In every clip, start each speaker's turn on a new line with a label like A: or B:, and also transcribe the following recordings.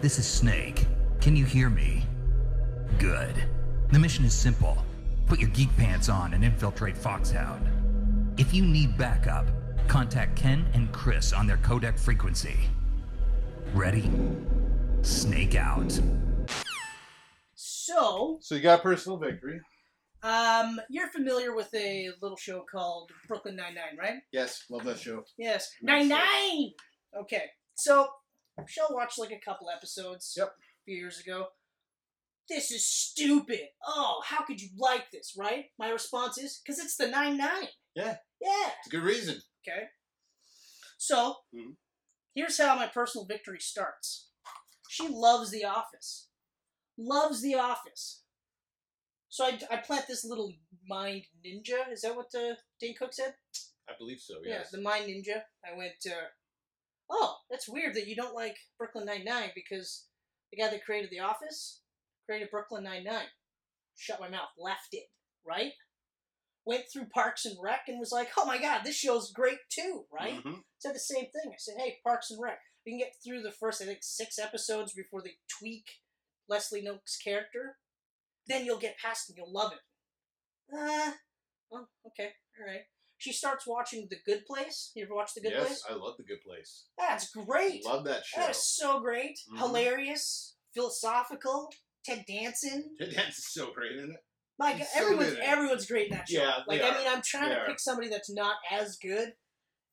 A: This is Snake. Can you hear me? Good. The mission is simple put your geek pants on and infiltrate Foxhound. If you need backup, contact Ken and Chris on their codec frequency. Ready? Snake out.
B: So,
C: So you got personal victory.
B: um, you're familiar with a little show called Brooklyn Nine Nine, right?
C: Yes, love that show.
B: Yes.
C: Nice.
B: Nine nine. Okay. So Michelle watched like a couple episodes
C: Yep.
B: a few years ago. This is stupid. Oh, how could you like this, right? My response is because it's the nine nine.
C: Yeah.
B: Yeah.
C: It's a good reason.
B: Okay. So
C: Mhm.
B: here's how my personal victory starts. She loves the office. Loves the office. So I, I plant this little mind ninja. Is that what uh, Dane Cook said?
C: I believe so.
B: Yeah, the Mind Ninja. I went, uh, oh, that's weird that you don't like Brooklyn Nine-Nine because the guy that created The Office created Brooklyn Nine-Nine. Shut my mouth. Left it, right? Went through Parks and Rec and was like, oh my god, this show's great too, right?
C: Mhm.
B: Said the same thing. I said, hey, Parks and Rec. We can get through the first, I think, six episodes before they tweak Leslie Noakes' character. Then you'll get past and you'll love it. Uh, well, okay, all right. She starts watching The Good Place. You ever watch The Good
C: yes,
B: Place?
C: I love the good place.
B: That's great.
C: Love that show.
B: That is so great.
C: Mhm.
B: Hilarious, philosophical. Ted Danson.
C: That's so great, isn't it?
B: My
C: He's
B: God,
C: so
B: everyone's
C: good at it.
B: everyone's great in that show.
C: Yeah, they
B: like I
C: are.
B: mean, I'm trying
C: They
B: to
C: are.
B: pick somebody that's not as good,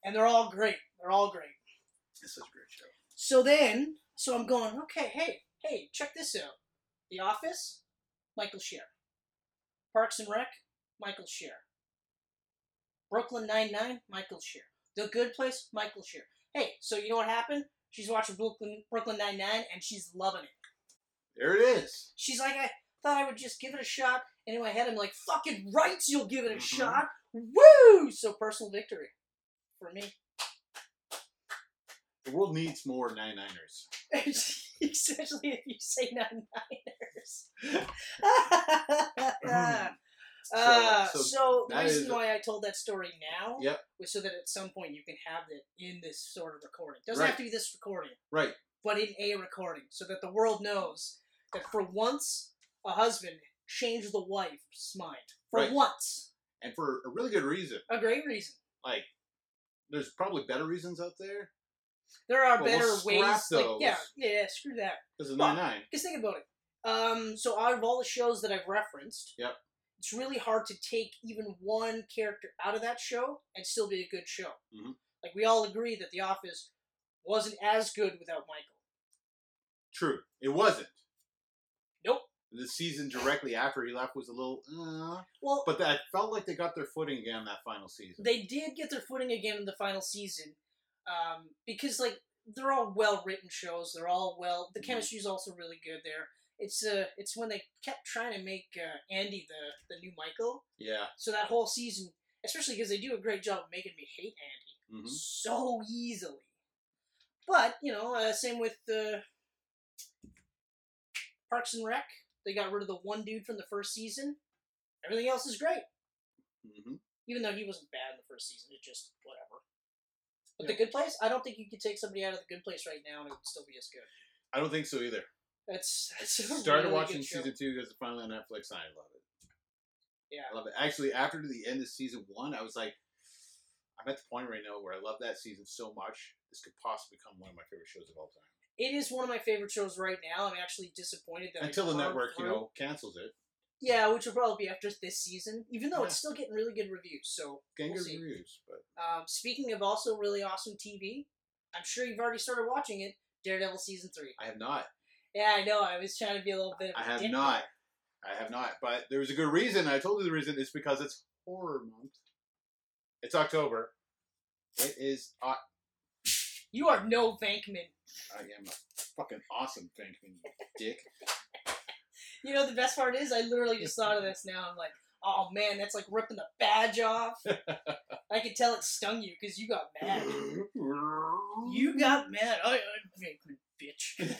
B: and they're all great. They're all great.
C: It's such a great show.
B: So then, so I'm going, okay, hey, hey, check this out. The Office, Michael Shear. Parks and Rec, Michael Shear. Brooklyn Nine-Nine, Michael Shear. The Good Place, Michael Shear. Hey, so you know what happened? She's watching Brooklyn, Brooklyn Nine-Nine, and she's loving it.
C: There it is.
B: She's like, I thought I would just give it a shot. And in my head, I'm like, fucking right, you'll give it a
C: Mhm.
B: shot. Woo! So personal victory for me.
C: The world needs more nine niners.
B: Especially if you say nine niners. uh,
C: Hmm. So-
B: so,
C: so
B: the
C: that
B: reason
C: is-
B: why I told that story now
C: Yep.
B: was so that at some point you can have it in this sort of recording. Doesn't
C: Right.
B: have to be this recording,
C: Right.
B: but in a recording, so that the world knows that for once a husband changed the wife's mind. For
C: Right.
B: once,
C: And for a really good reason.
B: a great reason.
C: Like, there's probably better reasons out there.
B: There are
C: Well,
B: better
C: we'll
B: ways.
C: scrap
B: like,
C: those.
B: yeah, yeah, screw that.
C: Because of
B: Well,
C: nine nine.
B: Because think about it. Um, so out of all the shows that I've referenced,
C: Yep.
B: it's really hard to take even one character out of that show and still be a good show.
C: Mhm.
B: Like we all agree that The Office wasn't as good without Michael.
C: True. It wasn't.
B: Nope.
C: The season directly after he left was a little, uh,
B: Well,
C: but that felt like they got their footing again that final season.
B: they did get their footing again in the final season, um, because like they're all well written shows. They're all well. The
C: Mhm.
B: chemistry's also really good there. It's uh, it's when they kept trying to make uh, Andy the the new Michael.
C: yeah.
B: So that whole season, especially because they do a great job of making me hate Andy
C: hmm
B: so easily. But you know, uh, same with uh, Parks and Rec. They got rid of the one dude from the first season. Everything else is great,
C: hmm
B: even though he wasn't bad in the first season. It just whatever. But the Good Place, I don't think you could take somebody out of the Good Place right now and it would still be as good.
C: I don't think so either.
B: That's,
C: I
B: that's a
C: started
B: really good
C: watching
B: show.
C: season two because it's finally on Netflix and I love it.
B: Yeah.
C: I love it. Actually, after the end of season one, I was like, I'm at the point right now where I love that season so much. This could possibly become one of my favorite shows of all time.
B: It is one of my favorite shows right now. I'm actually disappointed that I
C: Until the
B: burned
C: network, you
B: through-
C: know, cancels it.
B: Yeah, which will probably be after this season, even though
C: Yeah.
B: it's still getting really good reviews. So,
C: Getting
B: We'll
C: good
B: see.
C: reviews, but
B: um, speaking of also really awesome TV, I'm sure you've already started watching it Daredevil Season 3.
C: I have not.
B: Yeah, I know, I was trying to be a little bit of a
C: I have
B: dick
C: not.
B: there.
C: I have not. But there was a good reason. I told you the reason. It's because it's horror month. It's October. It is. Uh,
B: You are no Vankman.
C: I am a fucking awesome thinking dick.
B: You know, the best part is, I literally just thought of this now. I'm like, oh man, that's like ripping the badge off. I could tell it stung you because you got mad. You got mad. I, I'm Vankman, bitch.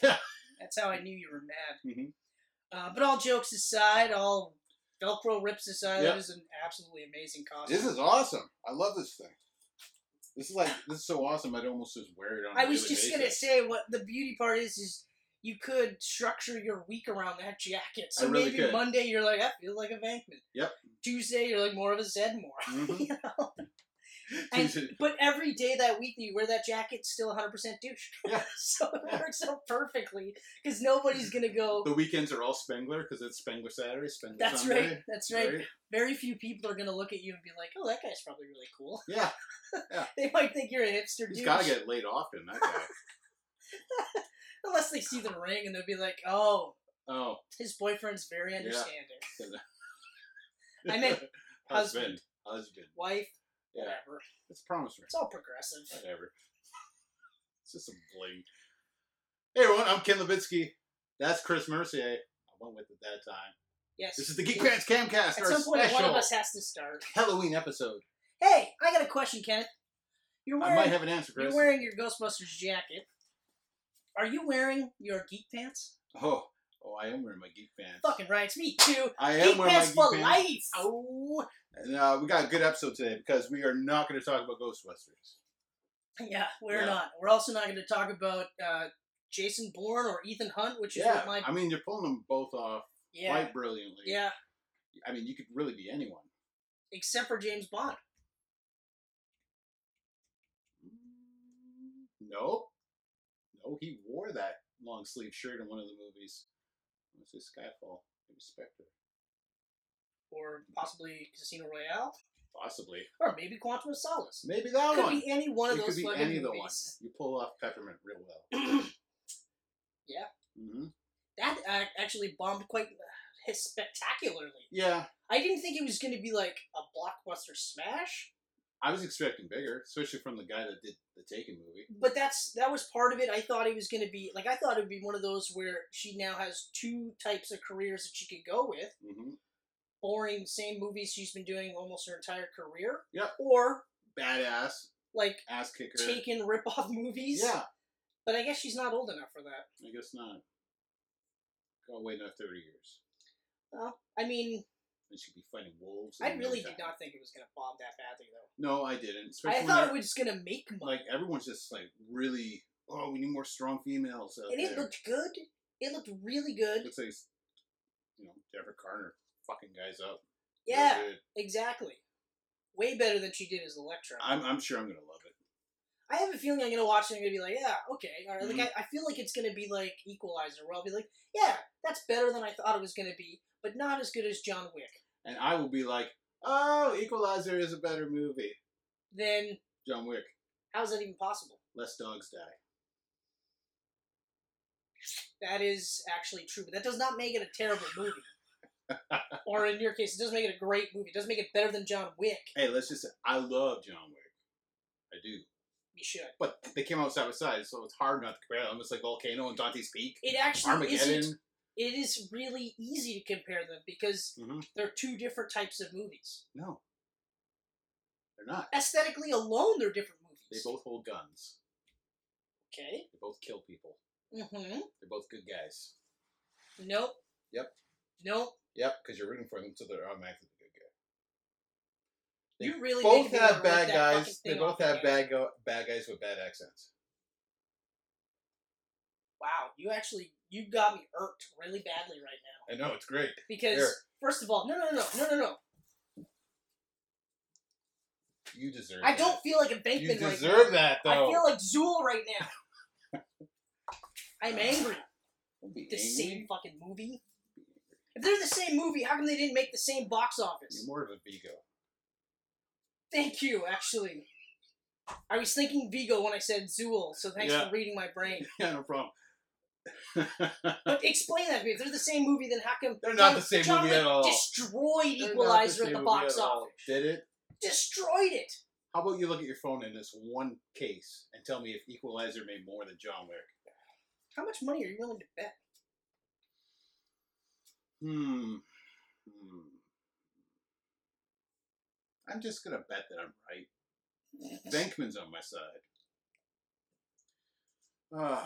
B: That's how I knew you were mad.
C: Mhm.
B: Uh, but all jokes aside, all Velcro rips aside,
C: Yeah.
B: that is an absolutely amazing costume.
C: This is awesome. I love this thing. This is like this is so awesome. I'd almost just wear it on.
B: I
C: a
B: was
C: daily
B: just
C: basis.
B: gonna say what the beauty part is is you could structure your week around that jacket. So
C: I really
B: maybe
C: could.
B: Monday you're like, I feel like a Vankman.
C: Yep.
B: Tuesday you're like more of a Zedmore.
C: Mhm.
B: you know? And, but every day that week that you wear that jacket, it's still 100% douche.
C: Yeah.
B: so it
C: Yeah.
B: works out perfectly because nobody's going to go,
C: the weekends are all Spengler because it's Spengler Saturday, Spengler
B: that's
C: Sunday.
B: right, that's right. Very few people are going to look at you and be like, oh, that guy's probably really cool.
C: Yeah,
B: They might think you're a hipster
C: he's
B: douche.
C: got to get laid often. That guy.
B: Unless they see the ring and they'll be like, oh,
C: Oh,
B: his boyfriend's very
C: Yeah.
B: understanding. I meant husband.
C: husband. Husband.
B: Wife,
C: Yeah,
B: whatever.
C: it's promised
B: It's all progressive.
C: Whatever. It's just a bling. Hey everyone, I'm Ken Levitsky. That's Chris Mercier. I went with it that time.
B: Yes.
C: This is the Geek Pants Camcast,
B: At
C: our
B: some point,
C: special
B: one of us has to start.
C: Halloween episode.
B: Hey, I got a question, Kenneth. You're
C: I
B: wearing,
C: might have an answer, Chris.
B: you're wearing your Ghostbusters jacket. Are you wearing your geek pants?
C: oh, oh, I am wearing my Geek Pants.
B: Fucking right, it's me too.
C: I am
B: Geek
C: wearing
B: pants
C: my
B: for
C: Geek Pants.
B: life. Oh,
C: And uh, we got a good episode today because we are not going to talk about Ghostbusters.
B: yeah, we're
C: Yeah.
B: not. We're also not going to talk about uh, Jason Bourne or Ethan Hunt, which is
C: yeah,
B: what my
C: I mean, you're pulling them both off
B: yeah
C: quite brilliantly.
B: yeah,
C: I mean, you could really be anyone.
B: except for James Bond.
C: No. No, he wore that long sleeve shirt in one of the movies. What's this Skyfall? Maybe Spectre.
B: Or possibly Casino Royale,
C: Possibly.
B: or maybe Quantum of Solace.
C: Maybe that
B: could
C: one.
B: be any one of
C: it
B: those
C: could be
B: fucking
C: any of the ones.
B: movies.
C: You pull off Peppermint real well.
B: Yeah.
C: hmm
B: That act actually bombed quite uh, spectacularly.
C: Yeah.
B: I didn't think it was going to be like a blockbuster smash,
C: I was expecting bigger, especially from the guy that did the Taken movie.
B: but that's that was part of it. I thought it was going to be like I thought it would be one of those where she now has two types of careers that she could go with:
C: hmm
B: boring same movies she's been doing almost her entire career,
C: Yep.
B: or
C: Badass,
B: like
C: ass kicker.
B: taken rip-off movies.
C: Yeah,
B: But I guess she's not old enough for that.
C: I guess not. Go wait another 30 years.
B: I mean,
C: Then she'd be fighting wolves. in
B: I
C: the
B: really
C: meantime.
B: did not think it was going to bomb that badly, though.
C: No, I didn't.
B: I
C: Especially when
B: thought
C: that-
B: it was just going to make money.
C: like everyone's just like really oh we need more strong females out
B: and it
C: there.
B: looked good. It looked really good.
C: looks like you know Deborah Carter fucking guys up Real
B: Yeah,
C: good.
B: exactly. Way better than she did as Electra.
C: I'm, I'm sure I'm gonna love it
B: I have a feeling I'm gonna watch it and I'm gonna be like, yeah, okay. All right. Like
C: Mhm.
B: I, I feel like it's gonna be like Equalizer, where I'll be like, yeah, that's better than I thought it was gonna be, but not as good as John Wick.
C: and I will be like oh Equalizer is a better movie
B: Then
C: John Wick
B: how's that even possible?
C: less dogs die
B: That is actually true, but that does not make it a terrible movie. or in your case, it doesn't make it a great movie. It doesn't make it better than John Wick.
C: hey let's just say I love John Wick I do
B: You should.
C: but they came out side by side so it's hard not to compare them it's like Volcano and Dante's Peak
B: It actually isn't.
C: Armageddon
B: It is really easy to compare them because
C: Mhm.
B: they're two different types of movies.
C: no they're not
B: Aesthetically alone, they're different
C: they
B: movies.
C: both hold guns
B: okay.
C: they both kill people
B: Mm-hmm.
C: they're both good guys
B: Nope.
C: Yep.
B: Nope.
C: Yep, because you're rooting for them, so they're automatically the good guy. They
B: you really making
C: both
B: me
C: have
B: wanna rip that
C: bad
B: fucking
C: guys. They
B: thing
C: both
B: off
C: have
B: again.
C: bad go- bad guys with bad accents.
B: Wow, you actually you got me irked really badly right now
C: I know it's great.
B: because
C: Here.
B: first of all, no, no, no, no, no, no.
C: You deserve.
B: I
C: that.
B: don't feel like a
C: You
B: Bankman right now.
C: deserve that though.
B: I feel like Zool right now. I'm angry.
C: Don't be
B: The
C: angry.
B: same fucking movie. If they're the same movie, how come they didn't make the same box office?
C: You're more of a Vigo.
B: Thank you, actually. I was thinking Vigo when I said Zool, so thanks
C: Yeah.
B: for reading my brain.
C: yeah, no problem.
B: But explain that to me. If they're the same movie, then how come
C: They're not
B: John-
C: the same
B: John
C: movie
B: Wick
C: at all.
B: Destroyed
C: They're not
B: Equalizer
C: the
B: at
C: same
B: the box
C: movie at all.
B: office.
C: Did it?
B: Destroyed it.
C: How about you look at your phone in this one case and tell me if Equalizer made more than John Wick?
B: How much money are you willing to bet?
C: Hmm. Hmm. I'm just gonna bet that I'm right. Venkman's on my side.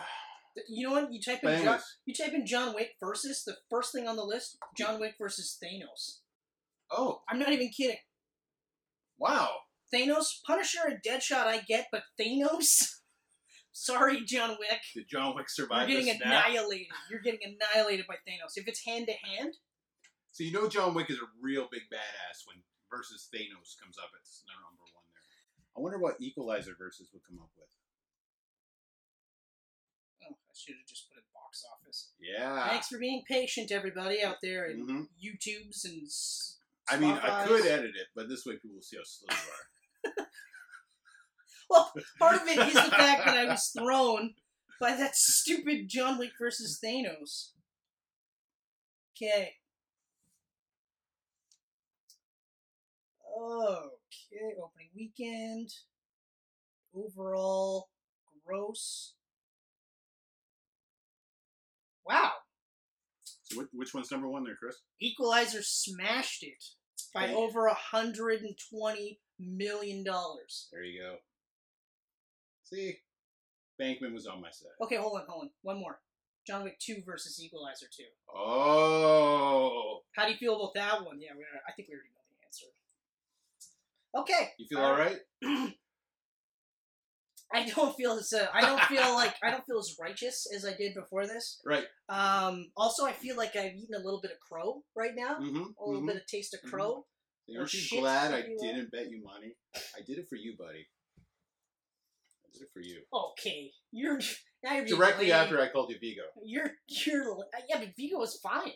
C: Ah,
B: You know what? You type
C: but
B: in John,
C: anyways,
B: you type in John Wick versus the first thing on the list. John Wick versus Thanos.
C: oh
B: I'm not even kidding.
C: wow,
B: Thanos, Punisher, and Deadshot. I get, but Thanos. Sorry, John Wick.
C: Did John Wick survive
B: You're
C: the
B: getting
C: snap?
B: annihilated. You're getting annihilated by Thanos. If it's hand to hand,
C: So you know John Wick is a real big badass when versus Thanos comes up at their number one there. I wonder what Equalizer versus would come up with.
B: oh, I should have just put in box office.
C: Yeah.
B: Thanks for being patient, everybody out there in
C: Mhm.
B: YouTubes and. s-
C: I mean, I could
B: Spotify's.
C: edit it, but this way people will see how slow you are.
B: Well, part of it is the fact that I was thrown by that stupid John Wick versus Thanos. Okay. Okay, opening weekend. Overall, gross. Wow.
C: So wh- which one's number one there, Chris?
B: Equalizer smashed it by
C: Yeah.
B: over a $120 million.
C: There you go. See, Bankman was on my side.
B: Okay, hold on, hold on. One more. John Wick 2 versus Equalizer 2.
C: Oh,
B: How do you feel about that one? Yeah, we I think we already know the answer. Okay.
C: you feel all right?
B: I don't feel as uh, I don't feel like I don't feel as righteous as I did before this.
C: Right.
B: Um, also, I feel like I've eaten a little bit of crow right now,
C: Mm-hmm.
B: a little bit of taste of crow.
C: Aren't you
B: shit,
C: glad I
B: if you will.
C: didn't bet you money? I did it for you, buddy. I did it for you.
B: Okay, you're now you're being
C: Directly
B: lame.
C: after I called you Vigo.
B: You're you're yeah, but Vigo was fine.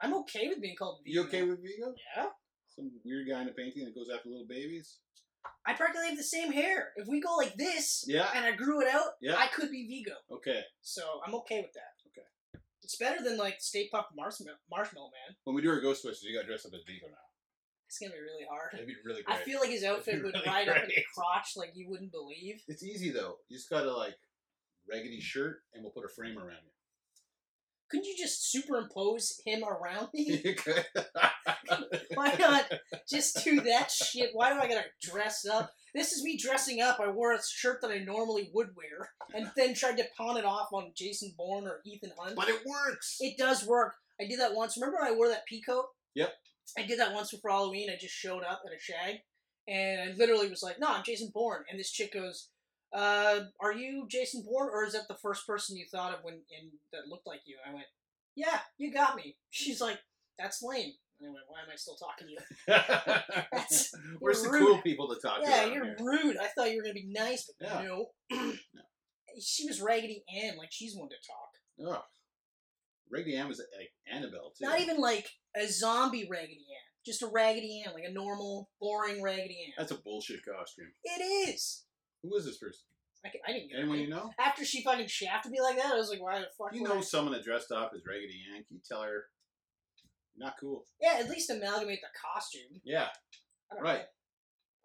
B: I'm okay with being called Vigo.
C: You okay with Vigo?
B: Yeah.
C: Some weird guy in a painting that goes after little babies?
B: I practically have the same hair. If we go like this
C: Yeah.
B: and I grew it out,
C: Yeah.
B: I could be Vigo.
C: Okay.
B: So I'm okay with that.
C: Okay.
B: It's better than like Stay Puft Marshmallow, Marshmallow Man.
C: When we do our Ghostbusters, you got to dress up as Vigo now.
B: It's gonna be really hard.
C: That'd be really
B: I
C: great.
B: feel like his outfit would
C: Really
B: ride up in the
C: great.
B: crotch like you wouldn't believe.
C: it's easy though. You just got to like raggedy shirt, and we'll put a frame around
B: Couldn't you just superimpose him around me?
C: you.
B: Why not just do that shit? Why do I gotta dress up? This is me dressing up. I wore a shirt that I normally would wear and then tried to pawn it off on Jason Bourne or Ethan Hunt.
C: but it works.
B: It does work. I did that once. Remember when I wore that peacoat?
C: Yep.
B: I did that once for Halloween. I just showed up at a shag, and I literally was like, "No, I'm Jason Bourne." And this chick goes, uh, "Are you Jason Bourne, or is that the first person you thought of when and that looked like you?" And I went, "Yeah, you got me." She's like, "That's lame." And I went, "Why am I still talking to you?" That's-
C: We're the
B: rude.
C: cool people to talk
B: yeah,
C: to. around
B: you're
C: here.
B: rude. I thought you were gonna be nice, but
C: Yeah.
B: no. She was Raggedy Ann, like she's one to talk.
C: Ugh. Raggedy Ann was like Annabelle too.
B: Not even like a zombie Raggedy Ann, just a Raggedy Ann, like a normal, boring Raggedy Ann.
C: That's a bullshit costume.
B: It is.
C: Who is this person?
B: I, c- I didn't get
C: Anyone
B: it.
C: you know?
B: After she fucking shafted me like that, I was like, why the fuck?
C: You
B: would
C: know
B: I-
C: someone that dressed up as Raggedy Ann. Can you tell her? Not cool.
B: Yeah, at least amalgamate the costume.
C: Yeah.
B: I don't
C: Right.
B: Know.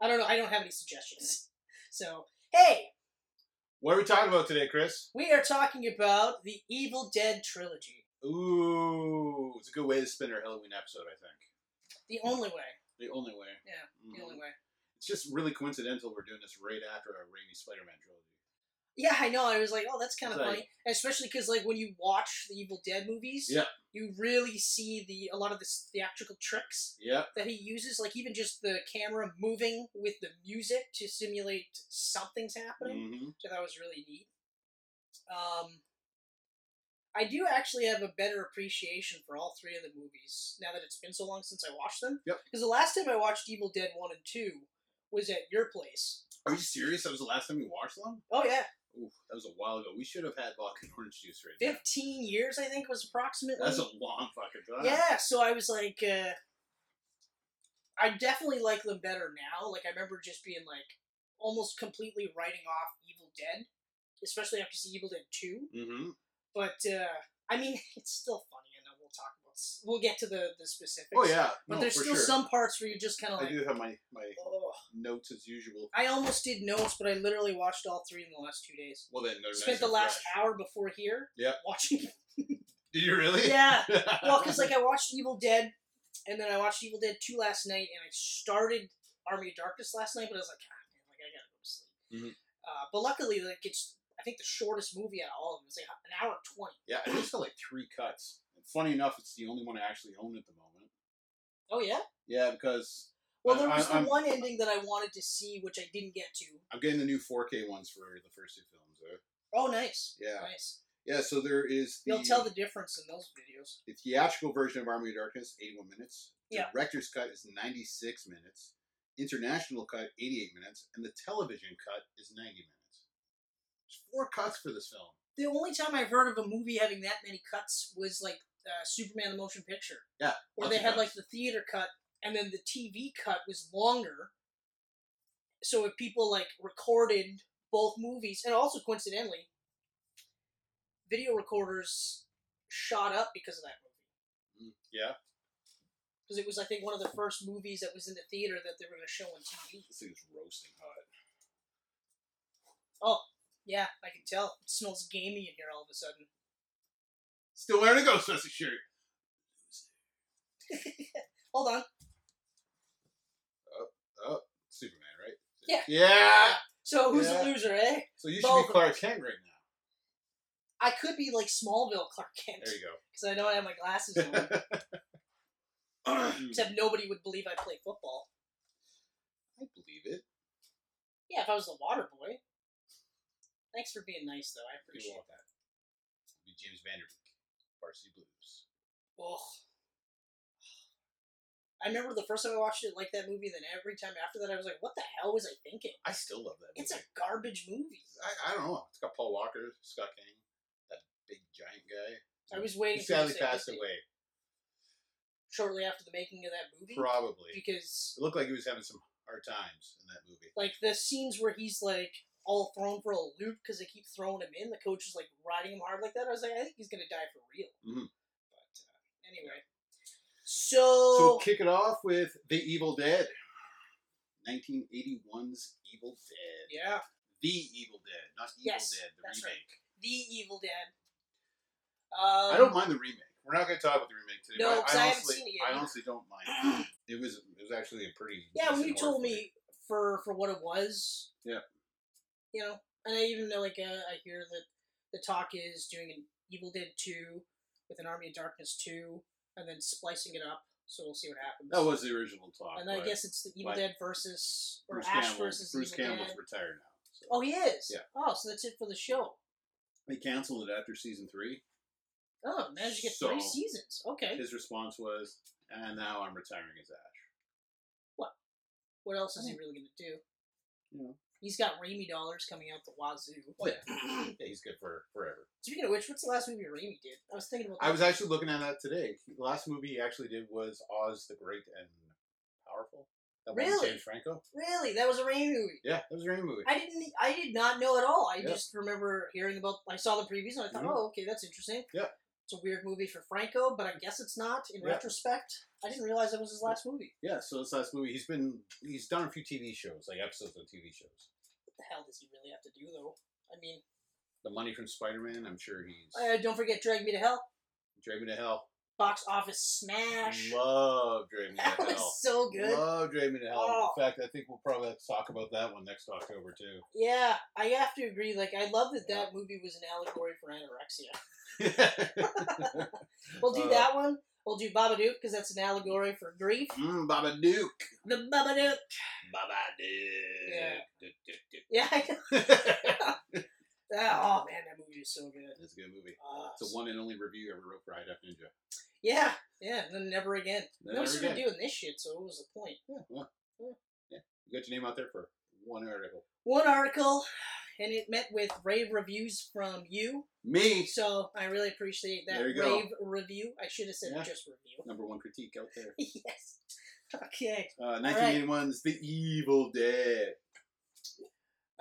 B: I don't know. I don't have any suggestions. So hey,
C: What are we talking about today, Chris?
B: we are talking about the Evil Dead trilogy,
C: Ooh, it's a good way to spend our Halloween episode, I think.
B: the only way.
C: The only way.
B: Yeah,
C: Mhm.
B: The only way.
C: It's just really coincidental we're doing this right after our Raimi Spider-Man trilogy.
B: Yeah, I know. I was like, oh, that's kind of
C: It's like-
B: funny, especially because like when you watch the Evil Dead movies,
C: Yeah.
B: you really see the a lot of the s- theatrical tricks
C: Yep.
B: that he uses, like even just the camera moving with the music to simulate something's happening,
C: hmm
B: which I thought was really neat. Um, I do actually have a better appreciation for all three of the movies now that it's been so long since I watched them.
C: Yep.
B: Because the last time I watched Evil Dead 1 and 2 was at your place.
C: Are you serious? That was the last time we watched one?
B: Oh, yeah.
C: Ooh, that was a while ago. We should have had vodka and orange juice right now.
B: 15 years, I think, was approximately.
C: That's a long fucking time.
B: Yeah, so I was like, uh, I definitely like them better now. Like, I remember just being like almost completely writing off Evil Dead, especially after seeing Evil Dead 2.
C: Mm-hmm.
B: But, uh, I mean, it's still funny, and we'll talk about s- We'll get to the, the specifics.
C: Oh yeah.
B: But
C: No,
B: there's
C: for
B: still
C: sure.
B: some parts where you're just kind of
C: I
B: like,
C: do have my my
B: oh.
C: notes as usual.
B: I almost did notes, but I literally watched all three in the last two days.
C: Well then, they're
B: Spent
C: nice
B: the
C: and
B: last
C: fresh.
B: hour before here
C: Yep.
B: watching.
C: Did you really?
B: yeah. well, because like I watched Evil Dead, and then I watched Evil Dead Two last night, and I started Army of Darkness last night, but I was like, ah, man, like I gotta go to sleep.
C: Mhm.
B: Uh, but luckily, like it's I think the shortest movie out of all of them. It's like an hour and twenty.
C: yeah, I just got like three cuts. And funny enough, it's the only one I actually own at the moment.
B: Oh yeah.
C: Yeah, because
B: Well,
C: I-
B: there
C: I-
B: was the
C: I'm-
B: one ending that I wanted to see, which I didn't get to.
C: I'm getting the new 4K ones for the first two films. there.
B: Oh, nice.
C: Yeah.
B: Nice.
C: Yeah, so there is the,
B: You'll tell the difference in those videos.
C: the theatrical version of Army of Darkness, 81 minutes.
B: Yeah.
C: Director's cut is 96 minutes. International cut, 88 minutes. And the television cut is 90 minutes. There's four cuts for this film.
B: The only time I've heard of a movie having that many cuts was like uh, Superman the Motion Picture.
C: Yeah,
B: Where
C: lots
B: they
C: of
B: had
C: cuts.
B: like the theater cut, and then the TV cut was longer. So if people like recorded both movies, and also coincidentally, video recorders shot up because of that movie.
C: Mm, Yeah,
B: Because it was, I think, one of the first movies that was in the theater that they were going to show on TV.
C: this thing's roasting hot.
B: Oh, Yeah, I can tell. It smells gamey in here all of a sudden.
C: Still wearing a Ghostbusters shirt.
B: Hold on.
C: Superman, right?
B: Yeah.
C: Yeah.
B: So who's
C: Yeah.
B: the loser, eh?
C: So you should
B: Both of
C: be Clark Kent right now.
B: I could be like Smallville Clark Kent
C: There you go.
B: because I don't have my glasses on.
C: I
B: Except nobody would believe I play football.
C: believe it.
B: Yeah, if I was the water boy. Thanks for being nice, though. I appreciate it.
C: that. Be James Vanderbeek, Varsity Blues.
B: Oh. I remember the first time I watched it, like that movie. Then every time after that, I was like, "What the hell was I thinking?
C: I still love that movie.
B: It's a garbage movie."
C: I, I don't know. It's got Paul Walker, Scott King, that big giant guy.
B: I was waiting.
C: He
B: for you to
C: sadly
B: say
C: passed
B: Disney
C: away.
B: shortly after the making of that movie
C: Probably.
B: because,
C: It looked like he was having some hard times in that movie.
B: like, the scenes where he's like all thrown for a loop because they keep throwing him in. The coach is like riding him hard like that. I was like, I think he's gonna die for real.
C: Mhm.
B: But uh, anyway, so,
C: So kick it off with The Evil Dead. 1981's Evil Dead.
B: yeah,
C: The Evil Dead, not Evil
B: Yes,
C: Dead, the
B: that's right.
C: remake.
B: the Evil Dead. Um,
C: I don't mind the remake. We're not going to talk about the remake today.
B: No,
C: but
B: 'cause I haven't
C: honestly,
B: seen it
C: I
B: yet.
C: honestly don't mind. It was it was actually a pretty
B: Yeah, when
C: decent
B: you
C: horror
B: told
C: flick.
B: me for for what it was.
C: Yeah.
B: You know, and I even know like uh, I hear that the talk is doing an Evil Dead two with an Army of Darkness two, and then splicing it up. So we'll see what happens.
C: that was the original talk.
B: and then I
C: but
B: guess it's the Evil
C: like-
B: Dead versus or
C: Bruce
B: Ash
C: Campbell,
B: versus
C: Bruce
B: Evil
C: Campbell's
B: Dead.
C: retired now. So.
B: Oh, he is.
C: Yeah.
B: Oh, so that's it for the show.
C: They canceled it after season three.
B: Oh, managed to get three
C: So-
B: seasons. Okay.
C: His response was, "And now I'm retiring as Ash."
B: What else is he really gonna do?
C: Yeah.
B: He's got Raimi dollars coming out the wazoo.
C: Oh yeah, yeah he's good for forever.
B: Speaking of which, what's the last movie Raimi did? I was thinking about.
C: I
B: that.
C: was actually looking at that today. The last movie he actually did was Oz the Great and Powerful. That one with
B: Really?
C: James Franco.
B: Really, that was a Raimi movie.
C: Yeah, that was a Raimi movie.
B: I didn't. e, I did not know at all. I
C: Yeah.
B: just remember hearing about. I saw the previews and I thought,
C: Mhm.
B: oh, okay, that's interesting.
C: Yeah.
B: It's a weird movie for Franco, but I guess it's not. In
C: Yeah.
B: retrospect, I didn't realize that was his last movie.
C: Yeah, so this last movie, he's been he's done a few TV shows, like episodes of TV shows.
B: What the hell does he really have to do though? I mean,
C: The money from Spider Man, I'm sure he's
B: uh, don't forget Drag Me to Hell,
C: Drag Me to Hell.
B: box office smash.
C: Love Drag Me
B: that
C: to
B: was
C: Hell.
B: so good.
C: Love Drag Me to Hell.
B: Oh.
C: In fact, I think we'll probably have to talk about that one next October too.
B: Yeah, I have to agree. Like, I love that
C: Yeah.
B: that movie was an allegory for anorexia.
C: we'll
B: We'll do that one. We'll do Babadook because that's an allegory for grief.
C: Mm, Baba Duke.
B: The Babadook.
C: Baba Duke.
B: Yeah.
C: Duke, Duke, Duke.
B: Yeah, I know. That- oh man, that movie is so good.
C: That's a good movie.
B: Uh,
C: It's the one and only review I ever wrote for High Def Ninja.
B: Yeah, yeah, and then never again. no
C: Then never
B: one's even
C: again.
B: doing this shit, so what was the point?
C: Yeah. Well,
B: Yeah.
C: yeah. You got your name out there for one article.
B: One article, and it met with rave reviews from you.
C: Me.
B: So I really appreciate that
C: There you go.
B: rave review. I should have said
C: Yeah.
B: just review.
C: Number one critique out there.
B: yes. Okay.
C: Uh, 1981's The Evil Dead.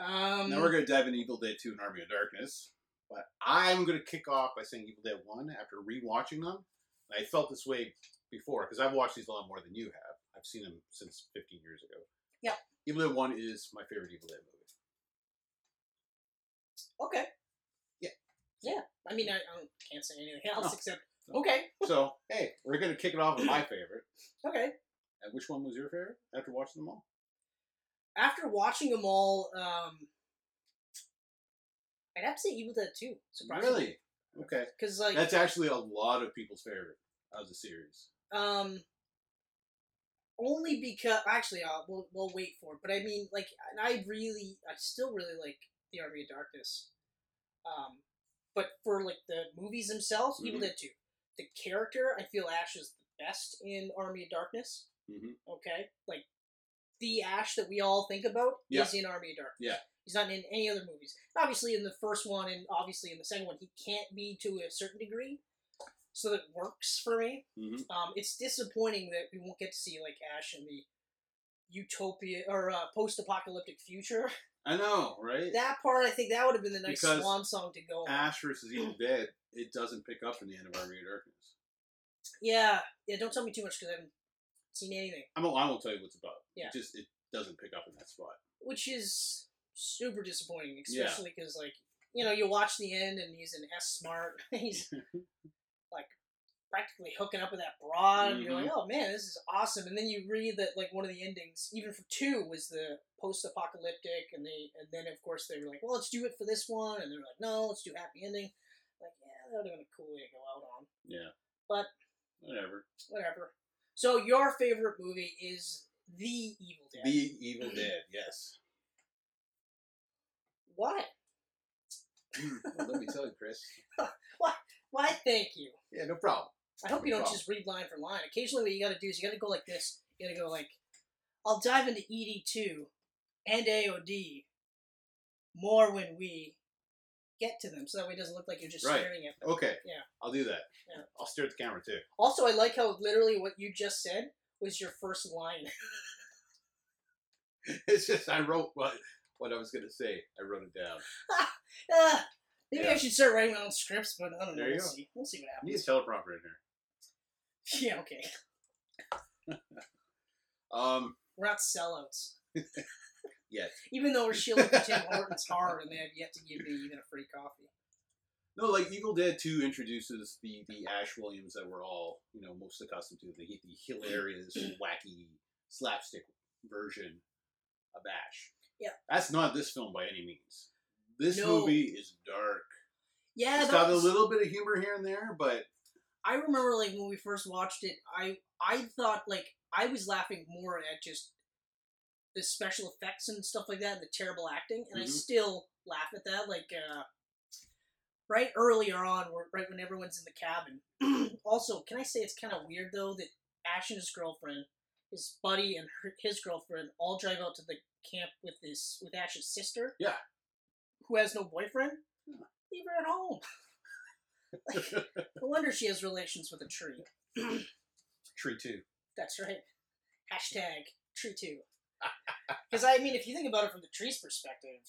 B: Um,
C: now we're going to dive into Evil Dead 2 and Army of Darkness. But I'm going to kick off by saying Evil Dead 1 after rewatching them. And I felt this way before because I've watched these a lot more than you have. I've seen them since 15 years ago.
B: Yep.
C: Evil Dead 1 is my favorite Evil Dead movie.
B: okay.
C: Yeah.
B: Yeah. I mean, I, I can't say anything else
C: No.
B: except
C: No.
B: okay,
C: So, hey, we're going to kick it off with my favorite.
B: okay.
C: And which one was your favorite after watching them all?
B: After watching them all, um, I'd have to say Evil Dead too. Surprisingly,
C: Really? Okay.
B: Because like
C: That's actually a lot of people's favorite of the series.
B: Um, only because actually, I'll, we'll we'll wait for it. But I mean, like, and I really, I still really like the Army of Darkness. Um, but for like the movies themselves, Evil
C: Mhm.
B: Dead Two, the character I feel Ash is the best in Army of Darkness.
C: Mm-hmm.
B: Okay, like the Ash that we all think about
C: Yeah.
B: is in Army of Darkness.
C: Yeah.
B: he's not in any other movies. Obviously, in the first one and obviously in the second one, he can't be to a certain degree. So that works for me.
C: Mm-hmm.
B: Um, it's disappointing that we won't get to see like Ash in the utopia or uh, post-apocalyptic future.
C: I know, right?
B: That part, I think, that would have been the nice
C: Because
B: swan song to go. on.
C: Ash versus Evil Dead. It doesn't pick up in the end of Army of Darkness.
B: Yeah, yeah. Don't tell me too much because I haven't seen anything,
C: I'm. I won't tell you what's about.
B: Yeah.
C: It just it doesn't pick up in that spot.
B: which is super disappointing,
C: Yeah.
B: especially because like you know you watch the end and he's an S smart, he's like practically hooking up with that broad, and you're like,
C: Mm-hmm.
B: oh man, this is awesome. And then you read that like one of the endings, even for two, was the post-apocalyptic, and they and then of course they were like, well, let's do it for this one, and they're like, no, let's do happy ending. Like, yeah, that would have been a cool way to go out on.
C: Yeah.
B: But-
C: whatever.
B: Whatever. So your favorite movie is The Evil Dead.
C: The Evil Dead. Yes.
B: Why?
C: Well, let me tell you, Chris.
B: Why? Thank you.
C: Yeah, no problem.
B: I hope you
C: No
B: don't
C: problem.
B: just read line for line. Occasionally, what you got to do is you got to go like this. You got to go like, "I'll dive into ED two and AOD more when we get to them," so that way it doesn't look like you're just
C: Right.
B: staring at them.
C: Okay.
B: Yeah.
C: I'll do that.
B: Yeah.
C: I'll stare at the camera too.
B: Also, I like how literally what you just said was your first line.
C: It's just I wrote what what I was gonna say. I wrote it down.
B: ah, maybe I
C: Yeah.
B: should start writing my own scripts, but I don't know.
C: There you
B: We'll
C: go.
B: see. We'll see what
C: You need a
B: happens.
C: teleprompter in here.
B: Yeah. Okay.
C: Um.
B: We're not sellouts.
C: Yes.
B: Even though we're shielding Tim Hortons hard, and they have yet to give me even a free coffee.
C: No, like Evil Dead Two introduces the the Ash Williams that we're all you know most accustomed to. The the hilarious, wacky, slapstick version of Ash.
B: Yeah.
C: That's not this film by any means. This
B: No.
C: movie is dark.
B: Yeah,
C: it's
B: that
C: got a
B: was-
C: little bit of humor here and there, but
B: I remember like when we first watched it, I I thought like I was laughing more at just the special effects and stuff like that, and the terrible acting, and I
C: Mhm.
B: still laugh at that. Like uh, right earlier on, where- right when everyone's in the cabin. also, can I say it's kind of weird though that Ash and his girlfriend, his buddy and her, his girlfriend, all drive out to the camp with his with Ash's sister.
C: Yeah.
B: who has no boyfriend. Leave her at home. No wonder she has relations with a tree.
C: Tree Two.
B: That's right. Hashtag tree two. Because I mean, if you think about it from the tree's perspective,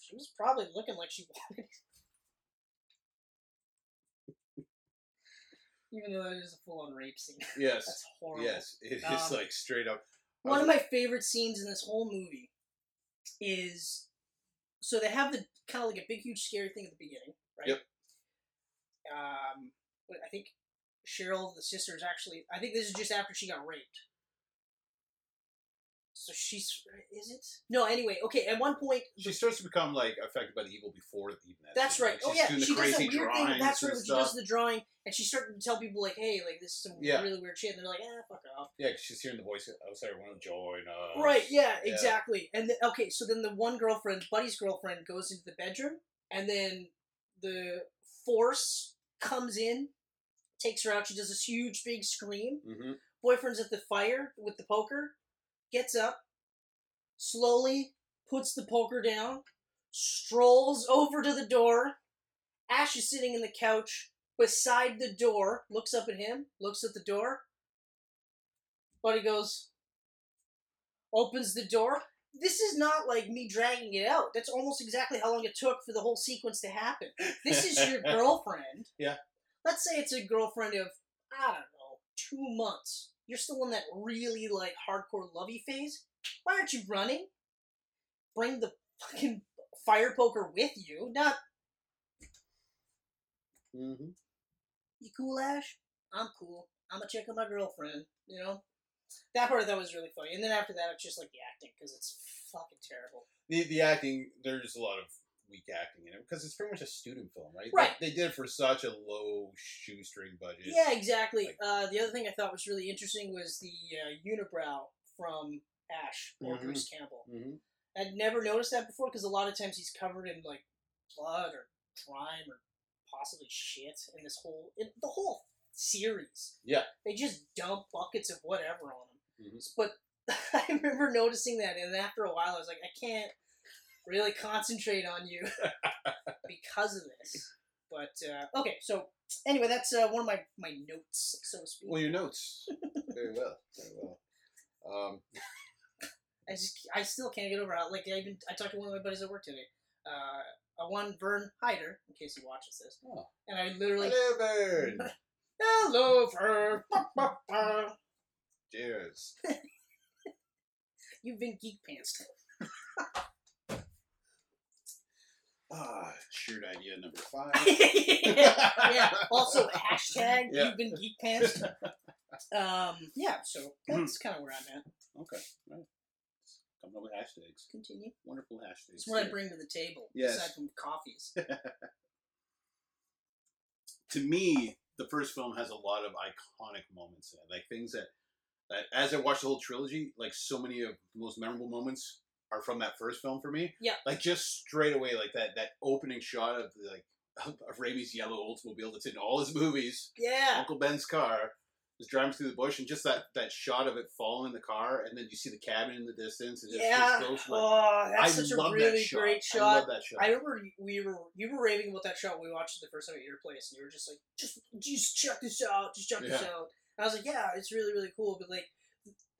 B: she was probably looking like she wanted. Even though that is a full-on rape scene,
C: Yes,
B: that's horrible.
C: yes, it is
B: Um,
C: like straight up.
B: One of my favorite scenes in this whole movie is so they have the kind of like a big, huge, scary thing at the beginning, right?
C: Yep.
B: Um, but I think Cheryl, the sister, is actually. I think this is just after she got raped. So she's is it? No. Anyway, okay. At one point,
C: She starts to become like affected by the evil before even that.
B: that's
C: scene.
B: right.
C: Like,
B: Oh
C: she's
B: yeah,
C: doing the
B: she does that
C: crazy
B: weird thing.
C: drawings
B: That's right.
C: and
B: When she does
C: stuff.
B: the drawing, and she's starting to tell people like, "Hey, like this is some
C: Yeah.
B: really weird shit," and they're like, "Ah, fuck off."
C: Yeah, 'cause she's hearing the voice outside. Want to join us?
B: Right, yeah,
C: Yeah.
B: exactly. And the, okay, so then the one girlfriend, Buddy's girlfriend, goes into the bedroom, and then the force comes in, takes her out. She does this huge, big scream.
C: Mm-hmm.
B: Boyfriend's at the fire with the poker, gets up, slowly puts the poker down, strolls over to the door. Ash is sitting in the couch beside the door, looks up at him, looks at the door. Buddy goes, opens the door. This is not like me dragging it out. That's almost exactly how long it took for the whole sequence to happen. This is your girlfriend.
C: Yeah.
B: Let's say it's a girlfriend of, I don't know, two months. You're still in that really like hardcore lovey phase. Why aren't you running? Bring the fucking fire poker with you, not
C: Mm-hmm.
B: you cool, Ash? I'm cool. I'm gonna check on my girlfriend. You know, that part I thought was really funny. And then after that, it's just like the acting because it's fucking terrible.
C: The the acting there's a lot of weak acting in it because it's pretty much a student film, right?
B: Right.
C: They, they did it for such a low shoestring budget.
B: Yeah, exactly.
C: Like-
B: Uh, the other thing I thought was really interesting was the uh, unibrow from Ash or
C: Mhm.
B: Bruce Campbell.
C: Mm-hmm.
B: I'd never noticed that before because a lot of times he's covered in like Blood or Prime or possibly shit in this whole in the whole series.
C: Yeah.
B: They just dump buckets of whatever on them.
C: Mhm.
B: But I remember noticing that, and after a while, I was like, I can't really concentrate on you because of this. But uh, okay, so anyway, that's uh, one of my my notes, so to speak.
C: Well, your notes. very well. Very well. Um,
B: I just I still can't get over how like I even I talked to one of my buddies at work today. Uh, I one Vern Hyder, in case he watches this,
C: Oh.
B: and I literally
C: hello, Vern.
B: hello Vern. Bah, bah, bah.
C: Cheers.
B: You've been geek pantsed.
C: Ah, shared idea number
B: yeah.
C: five.
B: Also hashtag
C: Yeah.
B: you've been geek pantsed. Um, yeah. So that's kind of where I'm at.
C: Okay, right. Coming up with hashtags.
B: Continue.
C: Wonderful hashtags.
B: It's what I bring to the table.
C: Yes.
B: Aside from coffees.
C: To me, the first film has a lot of iconic moments in it, like things that, that as I watched the whole trilogy, like so many of the most memorable moments are from that first film for me.
B: Yeah.
C: Like just straight away, like that that opening shot of like of, of Raimi's yellow Oldsmobile that's in all his movies,
B: Yeah.
C: Uncle Ben's car. Is driving through the bush and just that, that shot of it falling in the car, and then you see the cabin in the distance. And just
B: Yeah.
C: Just goes, like,
B: Oh, that's
C: I
B: such
C: love
B: a
C: that
B: really
C: shot.
B: great
C: I
B: shot.
C: love that shot.
B: I remember we were you were raving about that shot when we watched it the first time at your place, and you were just like, just just check this out, just check this
C: Yeah.
B: out. And I was like, yeah, it's really really cool. But like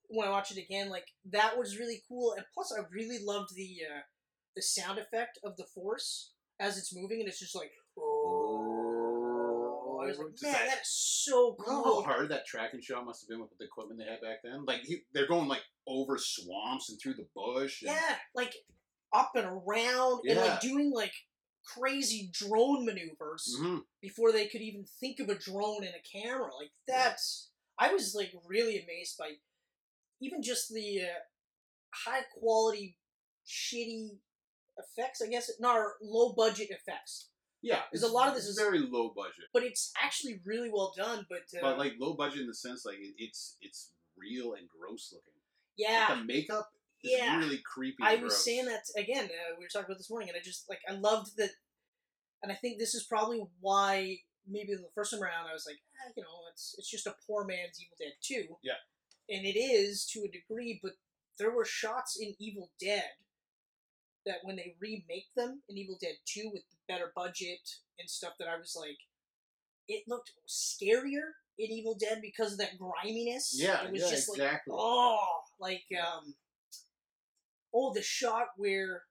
B: when I watched it again, like that was really cool, and plus I really loved the uh, the sound effect of the force as it's moving, and it's just like, oh, I was like,
C: Just
B: man,
C: that-
B: that is so
C: You know how
B: cool.
C: hard that tracking shot must have been with the equipment they had back then? Like he, they're going like over swamps and through the bush. And,
B: Yeah, like up and around, and
C: Yeah.
B: like doing like crazy drone maneuvers.
C: Mhm.
B: before they could even think of a drone and a camera. Like that's I was like really amazed by even just the uh, high quality shitty effects. I guess not low budget effects,
C: Yeah,
B: Because a lot of this
C: it's
B: is-
C: very low budget,
B: but it's actually really well done. But, uh,
C: but like low budget in the sense like it, it's it's real and gross looking. Like,
B: yeah.
C: the makeup is
B: Yeah.
C: really creepy.
B: I
C: and
B: was
C: gross.
B: saying that again. Uh, we were talking about this morning, and I just like I loved that, and I think this is probably why maybe the first time around I was like, ah, you know, it's it's just a poor man's Evil Dead Two.
C: Yeah.
B: and it is to a degree, but there were shots in Evil Dead that when they remake them in Evil Dead Two with the better budget and stuff, that I was like, it looked scarier in Evil Dead because of that griminess.
C: Yeah,
B: it was
C: yeah,
B: just like
C: exactly.
B: Oh, like
C: Yeah.
B: um, oh, the shot where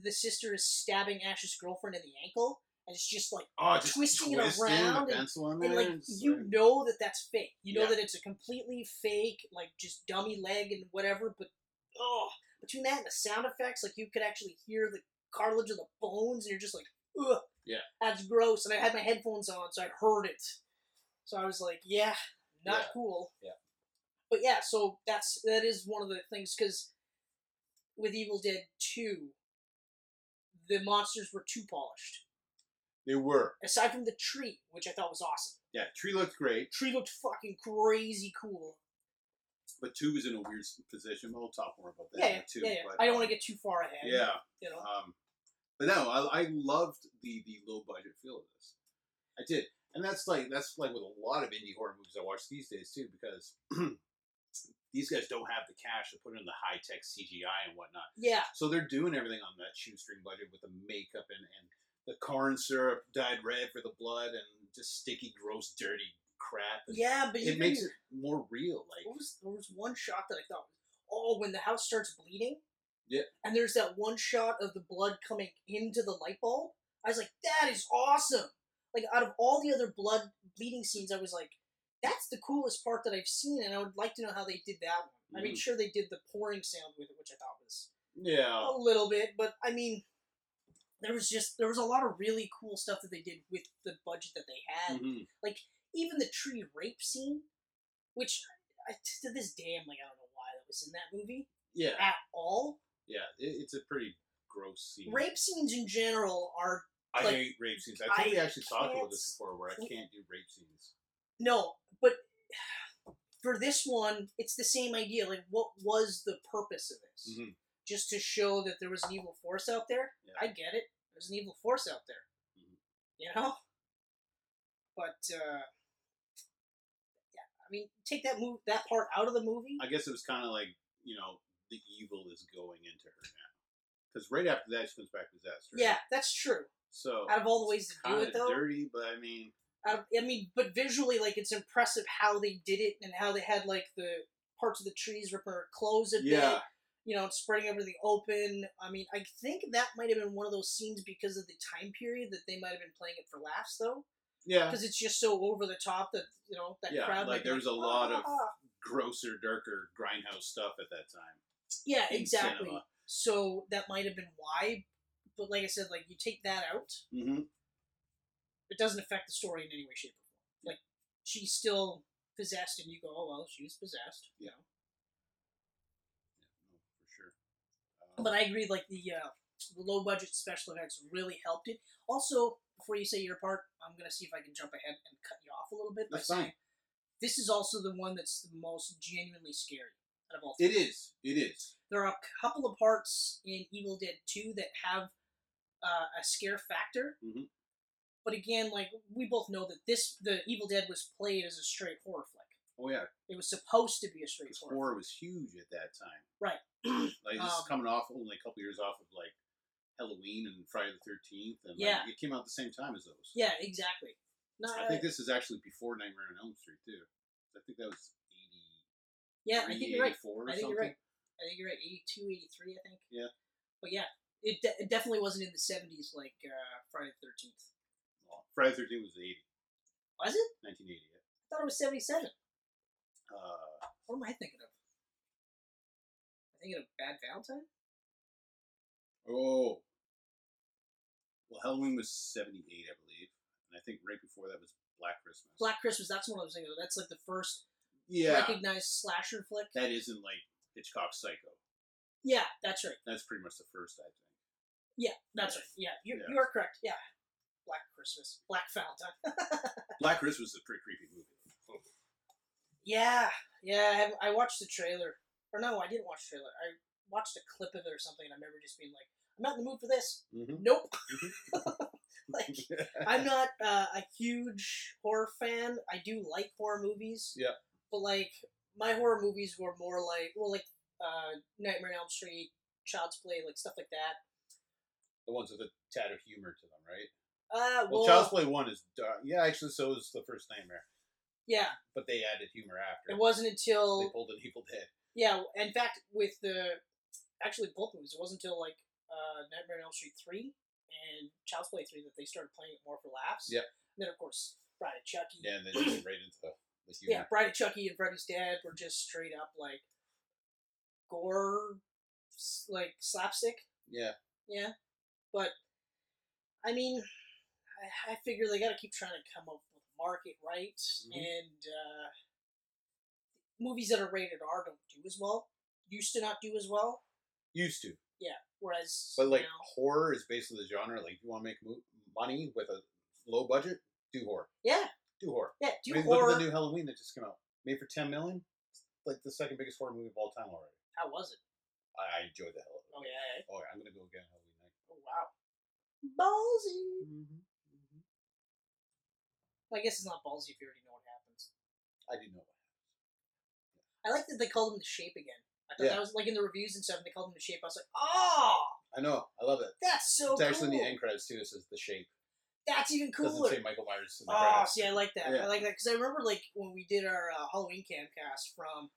B: the sister is stabbing Ash's girlfriend in the ankle, and it's just like,
C: Oh, just
B: twisting it
C: twisting
B: around and-
C: the pencil in
B: and
C: there,
B: like
C: it's
B: you
C: like-
B: know that that's fake. You know
C: Yeah.
B: that it's a completely fake, like just dummy leg and whatever. But oh, between that and the sound effects, like you could actually hear the cartilage of the bones, and you're just like, ugh,
C: Yeah.
B: that's gross. And I had my headphones on, so I heard it. So I was like, yeah, not
C: Yeah.
B: cool.
C: Yeah.
B: But yeah, so that's that is one of the things because with Evil Dead Two, the monsters were too polished.
C: they were.
B: Aside from the tree, which I thought was awesome
C: Yeah, tree looked great,
B: tree looked fucking crazy cool.
C: but two was in a weird s- position. We'll talk more about that
B: Yeah,
C: in
B: yeah,
C: a two.
B: yeah, yeah.
C: But,
B: I don't
C: um,
B: want to get too far ahead.
C: Yeah,
B: you know.
C: Um, but no, I, I loved the the low budget feel of this. I did, and that's like that's like with a lot of indie horror movies I watch these days too, because these guys don't have the cash to put in the high tech CGI and whatnot,
B: Yeah,
C: so they're doing everything on that shoestring budget with the makeup and and the corn syrup dyed red for the blood and just sticky, gross, dirty crap. And
B: yeah, but
C: It
B: even,
C: makes it more real, like
B: What was there was one shot that I thought, oh, when the house starts bleeding.
C: Yeah.
B: And there's that one shot of the blood coming into the light bulb. I was like, that is awesome. Like out of all the other blood bleeding scenes, I was like, that's the coolest part that I've seen, and I would like to know how they did that one. I mean,
C: Mhm.
B: sure they did the pouring sound with it, which I thought was
C: yeah,
B: a little bit, but I mean, there was just there was a lot of really cool stuff that they did with the budget that they had.
C: Mhm.
B: Even the tree rape scene, which I, to this day I'm like I don't know why that was in that movie
C: yeah,
B: at all.
C: yeah. It, it's a pretty gross scene.
B: Rape scenes in general are
C: I
B: Like,
C: hate rape scenes. I think
B: I
C: we actually talked about
B: can't
C: this before, where I
B: stand-
C: can't do rape scenes.
B: no, but for this one, it's the same idea. Like, what was the purpose of this?
C: Mhm.
B: Just to show that there was an evil force out there.
C: Yeah.
B: I get it. There's an evil force out there,
C: Mhm.
B: you know. But uh, yeah, I mean, take that move that part out of the movie.
C: I guess it was kind of like you know the evil is going into her now because right after that she comes back to disaster.
B: yeah, that's true.
C: So
B: Out of all the ways to do
C: kind
B: it,
C: of
B: though,
C: dirty, but I mean,
B: out of, I mean, but visually, like it's impressive how they did it and how they had like the parts of the trees rip her clothes a bit.
C: yeah,
B: you know, spreading over the open. I mean, I think that might have been one of those scenes because of the time period that they might have been playing it for laughs, though,
C: yeah,
B: because it's just so over the top that you know that
C: Yeah,
B: crowd.
C: like,
B: might be
C: there was a lot of-
B: "Ah."
C: grosser, darker grindhouse stuff at that time.
B: yeah,
C: in
B: exactly.
C: cinema.
B: So that might have been why, but like I said, like you take that out,
C: Mm-hmm.
B: it doesn't affect the story in any way, shape, or form. Like she's still possessed, and you go, oh well, she was possessed. You know.
C: for sure. Um,
B: But I agree, like the uh, the low budget special effects really helped it. Also, before you say your part, I'm gonna see if I can jump ahead and cut you off a little bit. by
C: That's fine.
B: saying This is also the one that's the most genuinely scary out of all.
C: it is, it is.
B: There are a couple of parts in Evil Dead Two that have uh, a scare factor.
C: Mhm.
B: But again, like we both know that this, the Evil Dead was played as a straight horror flick.
C: Oh yeah,
B: It was supposed to be a straight
C: because
B: horror.
C: horror was huge at that time.
B: Right.
C: like this
B: Um,
C: is coming off only a couple years off of like Halloween and Friday the Thirteenth, and like,
B: Yeah.
C: it came out at the same time as those.
B: Yeah, exactly. No,
C: I think this is actually before Nightmare on Elm Street too. I think that was eighty
B: yeah, I think you're right.
C: 84 or
B: I think
C: something.
B: you're right. I think you're right. 82, 83, I think.
C: Yeah.
B: But yeah, it, de- it definitely wasn't in the 70s like uh, Friday the 13th.
C: Well, Friday the Thirteenth was 80,
B: Was it?
C: 1980. yeah.
B: I thought it was 77.
C: Uh,
B: What am I thinking of? I'm thinking of Bad Valentine?
C: oh, well, Halloween was seventy-eight, I believe, and I think right before that was Black Christmas.
B: Black Christmas, that's what I was thinking of. That's like the first
C: yeah,
B: recognized slasher flick.
C: that isn't like Hitchcock's Psycho.
B: Yeah, that's right.
C: That's pretty much the first, I think.
B: Yeah, that's right. Yeah, you're,
C: Yeah.
B: you're correct. Yeah. Black Christmas. Black Valentine.
C: Black Christmas is a pretty creepy movie.
B: Yeah, yeah. I, I watched the trailer, or no, I didn't watch the trailer. I watched a clip of it or something, and I remember just being like, "I'm not in the mood for this."
C: Mm-hmm.
B: Nope. like, I'm not uh, a huge horror fan. I do like horror movies.
C: Yeah.
B: But like, my horror movies were more like, well, like uh, Nightmare on Elm Street, Child's Play, like stuff like that.
C: the ones with a tad of humor to them, right?
B: Uh, well,
C: Well, Child's Play One is dark. Yeah, actually, so is the first Nightmare,
B: yeah.
C: but they added humor after.
B: It wasn't
C: They
B: until
C: pulled an Evil Dead.
B: yeah. In fact, with the actually both movies, it wasn't until like uh, Nightmare on Elm Street three and Child's Play three that they started playing it more for laughs.
C: Yep.
B: And then of course Bride of Chucky.
C: Yeah, and then just right into the, the
B: Yeah,
C: humor.
B: Bride of Chucky and Freddy's Dead were just straight up like gore, s- like slapstick.
C: Yeah.
B: Yeah, but I mean, I, I figure they got to keep trying to come up with market right,
C: Mhm.
B: and uh, movies that are rated R don't do as well. Used to not do as well,
C: Used to.
B: whereas
C: But, like,
B: now-
C: horror is basically the genre. Like, you want to make mo- money with a low budget? Do horror.
B: yeah,
C: Do horror.
B: yeah, do
C: I mean,
B: horror.
C: look at the new Halloween that just came out. Made for 10 million? It's like the second biggest horror movie of all time already.
B: How was it?
C: I, I enjoyed the hell out
B: Oh
C: of it.
B: yeah, yeah.
C: Oh, yeah, I'm going to go again Halloween night.
B: Oh, wow, ballsy.
C: Mm-hmm.
B: I guess it's not ballsy if you already know what happens.
C: I do know that.
B: I like that they called him the shape again. I thought
C: Yeah.
B: that was like in the reviews and stuff. They called him the shape. I was like, oh,
C: I know. I love it.
B: that's so
C: it's
B: Oh, cool.
C: actually in the end credits, too. It says the shape.
B: That's even
C: doesn't
B: cooler.
C: say Michael Myers in the
B: Oh,
C: credits.
B: see, I like that.
C: Yeah.
B: I like that because I remember like when we did our uh, Halloween camcast from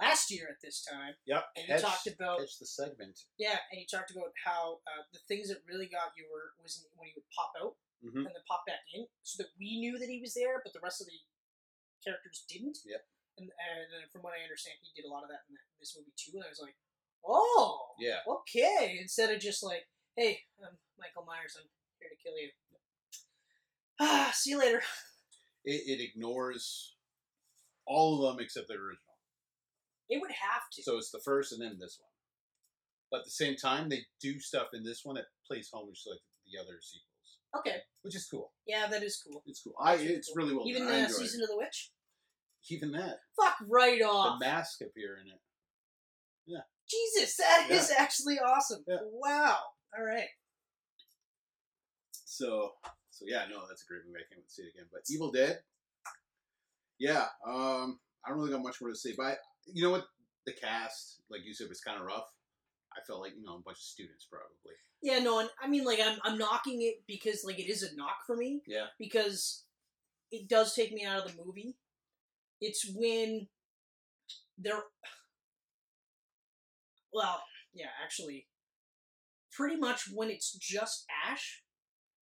B: last year at this time,
C: Yep.
B: and
C: catch,
B: you talked about
C: catch the segment.
B: yeah, and you talked about how uh, the things that really got you were was when he would pop out
C: Mhm.
B: and then pop back in, so that we knew that he was there, but the rest of the characters didn't.
C: Yep.
B: And and then from what I understand, he did a lot of that in th- this movie too. And I was like, oh,
C: Yeah.
B: okay. Instead of just like, hey, I'm Michael Myers, I'm here to kill you. Ah, see you later.
C: It, it ignores all of them except the original.
B: It would have to.
C: So it's the first and then this one. But at the same time, they do stuff in this one that plays homage to like the other sequels,
B: okay.
C: which is cool.
B: Yeah, that is cool.
C: It's cool. I
B: That's really
C: it's
B: cool.
C: really well
B: Even
C: done. I
B: the
C: enjoy it.
B: season of the witch.
C: Even that
B: Fuck right off.
C: the mask appear in it.
B: Jesus, that is
C: Yeah.
B: actually awesome.
C: Yeah.
B: Wow. All right.
C: So, so yeah, no, that's a great movie. I can't wait to see it again. But Evil Dead, yeah, um, I don't really got much more to say. But I, you know what, the cast, like you said, was kind of rough. I felt like you know a bunch of students probably.
B: Yeah, no, and I mean, like, I'm, I'm knocking it because, like, it is a knock for me.
C: Yeah.
B: Because it does take me out of the movie. It's when they're. Well, yeah, actually, pretty much when it's just Ash,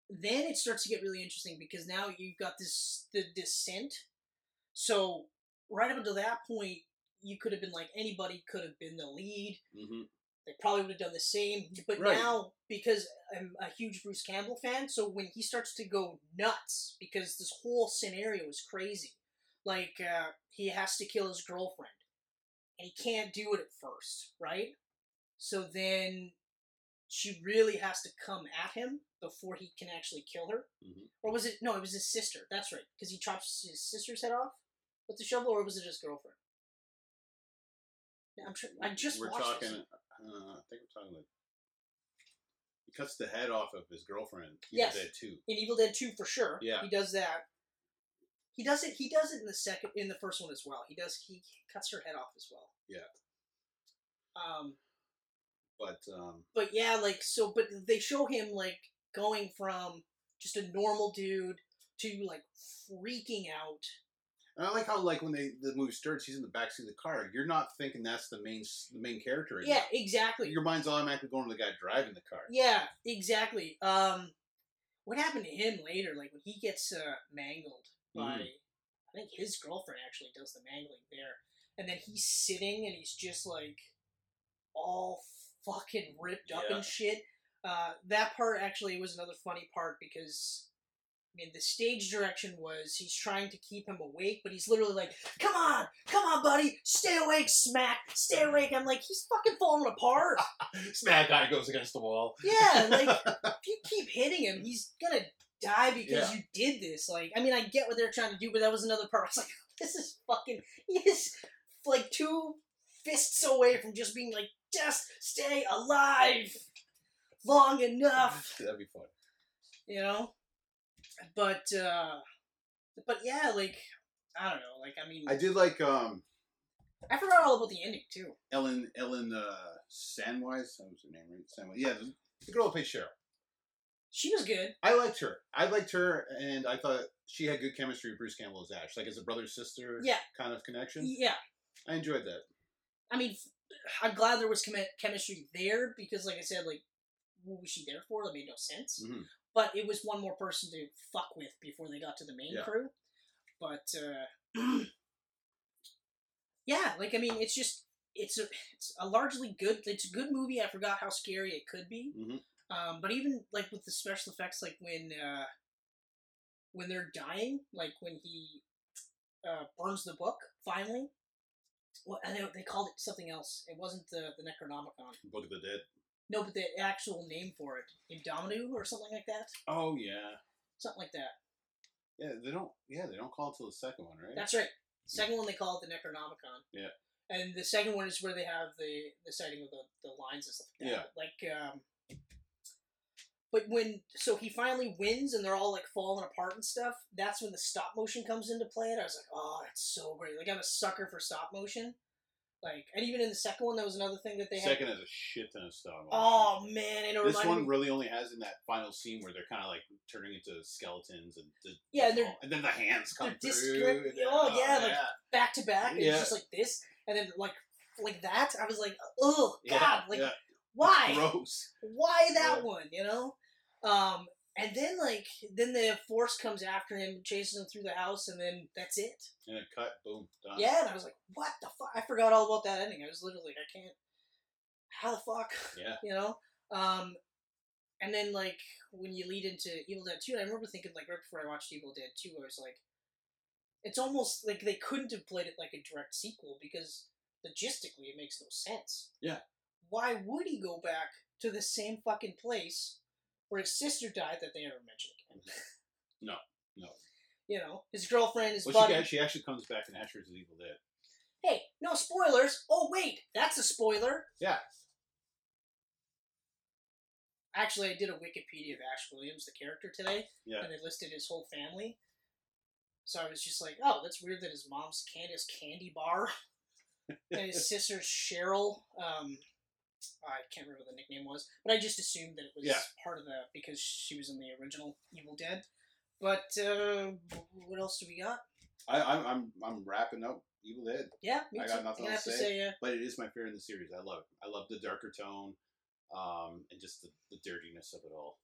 B: then it starts to get really interesting because now you've got this the descent. So right up until that point, you could have been like anybody could have been the lead
C: Mm-hmm.
B: they probably would have done the same. But
C: Right.
B: now, because I'm a huge Bruce Campbell fan, so when he starts to go nuts, because this whole scenario is crazy, like uh, he has to kill his girlfriend, and he can't do it at first, right? So then she really has to come at him before he can actually kill her.
C: Mhm.
B: Or was it, no, it was his sister, that's right, because he chops his sister's head off with the shovel, or was it his girlfriend? Yeah, I'm sure, I just
C: we're
B: watched this.
C: talking. Uh, I think we're talking like he cuts the head off of his girlfriend. Evil
B: Yes.
C: Dead too.
B: in Evil Dead Two for sure.
C: Yeah.
B: he does that. He does it. He does it in the second, in the first one as well. He does. He cuts her head off as well.
C: Yeah.
B: Um.
C: But um,
B: But yeah, like so. But they show him like going from just a normal dude to like freaking out.
C: and I like how like when they the movie starts, he's in the backseat of the car. You're not thinking that's the main s- the main character. right
B: Yeah,
C: now.
B: exactly.
C: Your mind's automatically going to the guy driving the car.
B: Yeah, exactly. Um, what happened to him later? Like when he gets uh, mangled
C: Mm.
B: by, I think his girlfriend actually does the mangling there, and then he's sitting and he's just like all fucking ripped up
C: Yeah.
B: and shit. Uh, that part actually was another funny part because. I mean, the stage direction was he's trying to keep him awake, but he's literally like, "Come on, come on, buddy, stay awake, smack, stay awake." I'm like, he's fucking falling apart.
C: That guy goes against the wall.
B: Yeah, like if you keep hitting him, he's gonna die because you did this. Like, I mean, I get what they're trying to do, but that was another part. I was like, this is fucking. He is like two fists away from just being like, just stay alive long enough,
C: That'd be fun.
B: you know. But uh but yeah, like I don't know. Like, I mean,
C: I did like um
B: I forgot all about the ending too.
C: Ellen Ellen uh, Sandwise. That was her name, right? Sandwise. Yeah, the, the girl who plays Cheryl.
B: She was good.
C: I liked her. I liked her, and I thought she had good chemistry with Bruce Campbell as Ash, like as a brother sister
B: Yeah.
C: kind of connection.
B: Yeah,
C: I enjoyed that.
B: I mean, I'm glad there was chemi- chemistry there because, like I said, like what was she there for? That made no sense.
C: Mhm.
B: But it was one more person to fuck with before they got to the main
C: Yeah.
B: crew. But uh, yeah, like I mean, it's just it's a it's a largely good. It's a good movie. I forgot how scary it could be.
C: Mhm.
B: Um, but even like with the special effects, like when uh, when they're dying, like when he uh, burns the book finally. Well, and they, they called it something else. It wasn't the, the Necronomicon.
C: Book of the Dead.
B: No, but the actual name for it, Indominu or something like that.
C: Oh yeah,
B: Something like that.
C: yeah. They don't. Yeah, they don't call it till the second one, right?
B: That's right. Second one they call it the Necronomicon.
C: Yeah.
B: And the second one is where they have the the sighting of the, the lines and stuff like that. Yeah. Like um. But when so he finally wins and they're all like falling apart and stuff. That's when the stop motion comes into play. And I was like, oh, that's so great. Like I'm a sucker for stop motion. Like and even in the second one, that was another thing that they had.
C: second has a shit ton of stuff. on it.
B: Oh man, and it
C: This
B: reminded
C: one
B: me.
C: really only has in that final scene where they're kind of like turning into skeletons and the,
B: Yeah, and they're-
C: and then the hands come
B: they're
C: through.
B: discre-
C: and then-
B: oh, yeah, like- back to back, and
C: Yeah.
B: it's just like this, and then like like that. I was like, oh
C: Yeah,
B: god, like
C: yeah.
B: why,
C: gross.
B: why that
C: Yeah.
B: one? You know, um, and then like then the force comes after him, chases him through the house, and then that's it.
C: And then cut, boom, done.
B: Yeah, and I was like, what the fuck? I forgot all about that ending. I was literally like, I can't. How the fuck?
C: Yeah.
B: you know, um, and then like when you lead into Evil Dead Two, and I remember thinking like right before I watched Evil Dead Two, I was like, it's almost like they couldn't have played it like a direct sequel because logistically it makes no sense.
C: Yeah.
B: Why would he go back to the same fucking place where his sister died that they never mentioned again?
C: Mm-hmm. No, no.
B: You know, his girlfriend, his
C: Well,
B: buddy.
C: she, actually- she actually comes back and Asher's is Evil Dead.
B: Hey, no spoilers. Oh wait, that's a spoiler.
C: Yeah.
B: Actually, I did a Wikipedia of Ash Williams, the character, today,
C: Yeah.
B: and it listed his whole family. So I was just like, oh, that's weird that his mom's Candace Candy Bar and his sister's Cheryl. Um, I can't remember what the nickname was, but I just assumed that it was
C: Yeah.
B: part of the because she was in the original Evil Dead. But uh, what else do we got?
C: I, I'm, I'm I'm wrapping up Evil Dead,
B: Yeah, me
C: I
B: too.
C: got nothing
B: Gonna
C: else
B: have
C: to
B: to say. uh,
C: but it is my favorite in the series. I love it. I love the darker tone, um, and just the, the dirtiness of it all.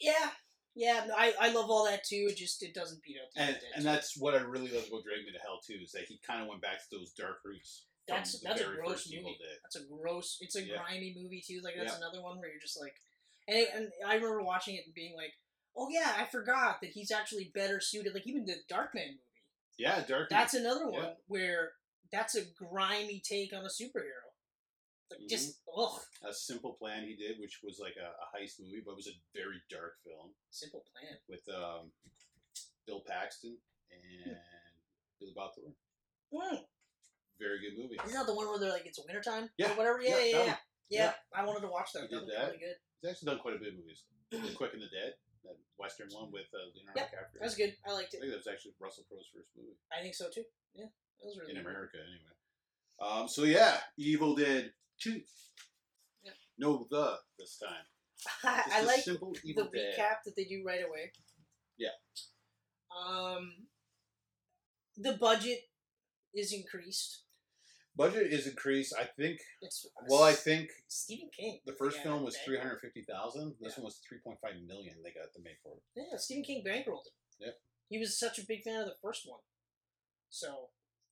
B: yeah, yeah, no, I, I love all that too. It just it doesn't beat out the
C: And
B: Evil Dead.
C: and that's what I really love about Drag Me to Hell too is that he kind of went back to those dark roots. from
B: That's-
C: the
B: that's a
C: very
B: gross
C: first Evil
B: movie.
C: Dead.
B: That's a gross. It's a
C: Yeah.
B: grimy movie too. Like that's
C: Yeah.
B: another one where you're just like, and, it, and I remember watching it and being like, oh yeah, I forgot that he's actually better suited. Like even the Darkman movie.
C: Yeah, dark.
B: That's another one
C: Yeah.
B: where that's a grimy take on a superhero. Like just
C: Mm-hmm.
B: ugh,
C: a simple plan he did, which was like a, a heist movie, but it was a very dark film
B: simple plan.
C: with um, Bill Paxton and Billy Bob Thornton.
B: Mm.
C: Very good movie.
B: Isn't that the one where they're like it's wintertime?
C: Yeah.
B: Or whatever. Yeah,
C: Yeah,
B: yeah, yeah.
C: that
B: yeah.
C: one.
B: I wanted to watch that.
C: He
B: That
C: did
B: looked
C: that.
B: really good.
C: He's actually done quite a bit of movies. The Quick and the Dead, that Western one with uh, Leonardo
B: Yep,
C: DiCaprio.
B: That was good. I liked
C: I
B: it.
C: think that was actually Russell Crowe's first movie
B: I think so too. Yeah, that was really
C: in
B: good.
C: America, anyway. Um, so yeah, Evil Dead Two.
B: Yep.
C: No, the this time.
B: I,
C: Just
B: I
C: the
B: like
C: simple
B: the
C: Evil Dead.
B: recap that they do right away.
C: Yeah.
B: Um, the budget is increased.
C: Budget is increased. I think.
B: It's
C: Well, I think
B: Stephen King.
C: The first
B: Yeah,
C: film was
B: bang-
C: three hundred fifty thousand. This
B: Yeah.
C: one was three point five million. They got the make for it.
B: Yeah, Stephen King bankrolled it.
C: Yep.
B: He was such a big fan of the first one. So,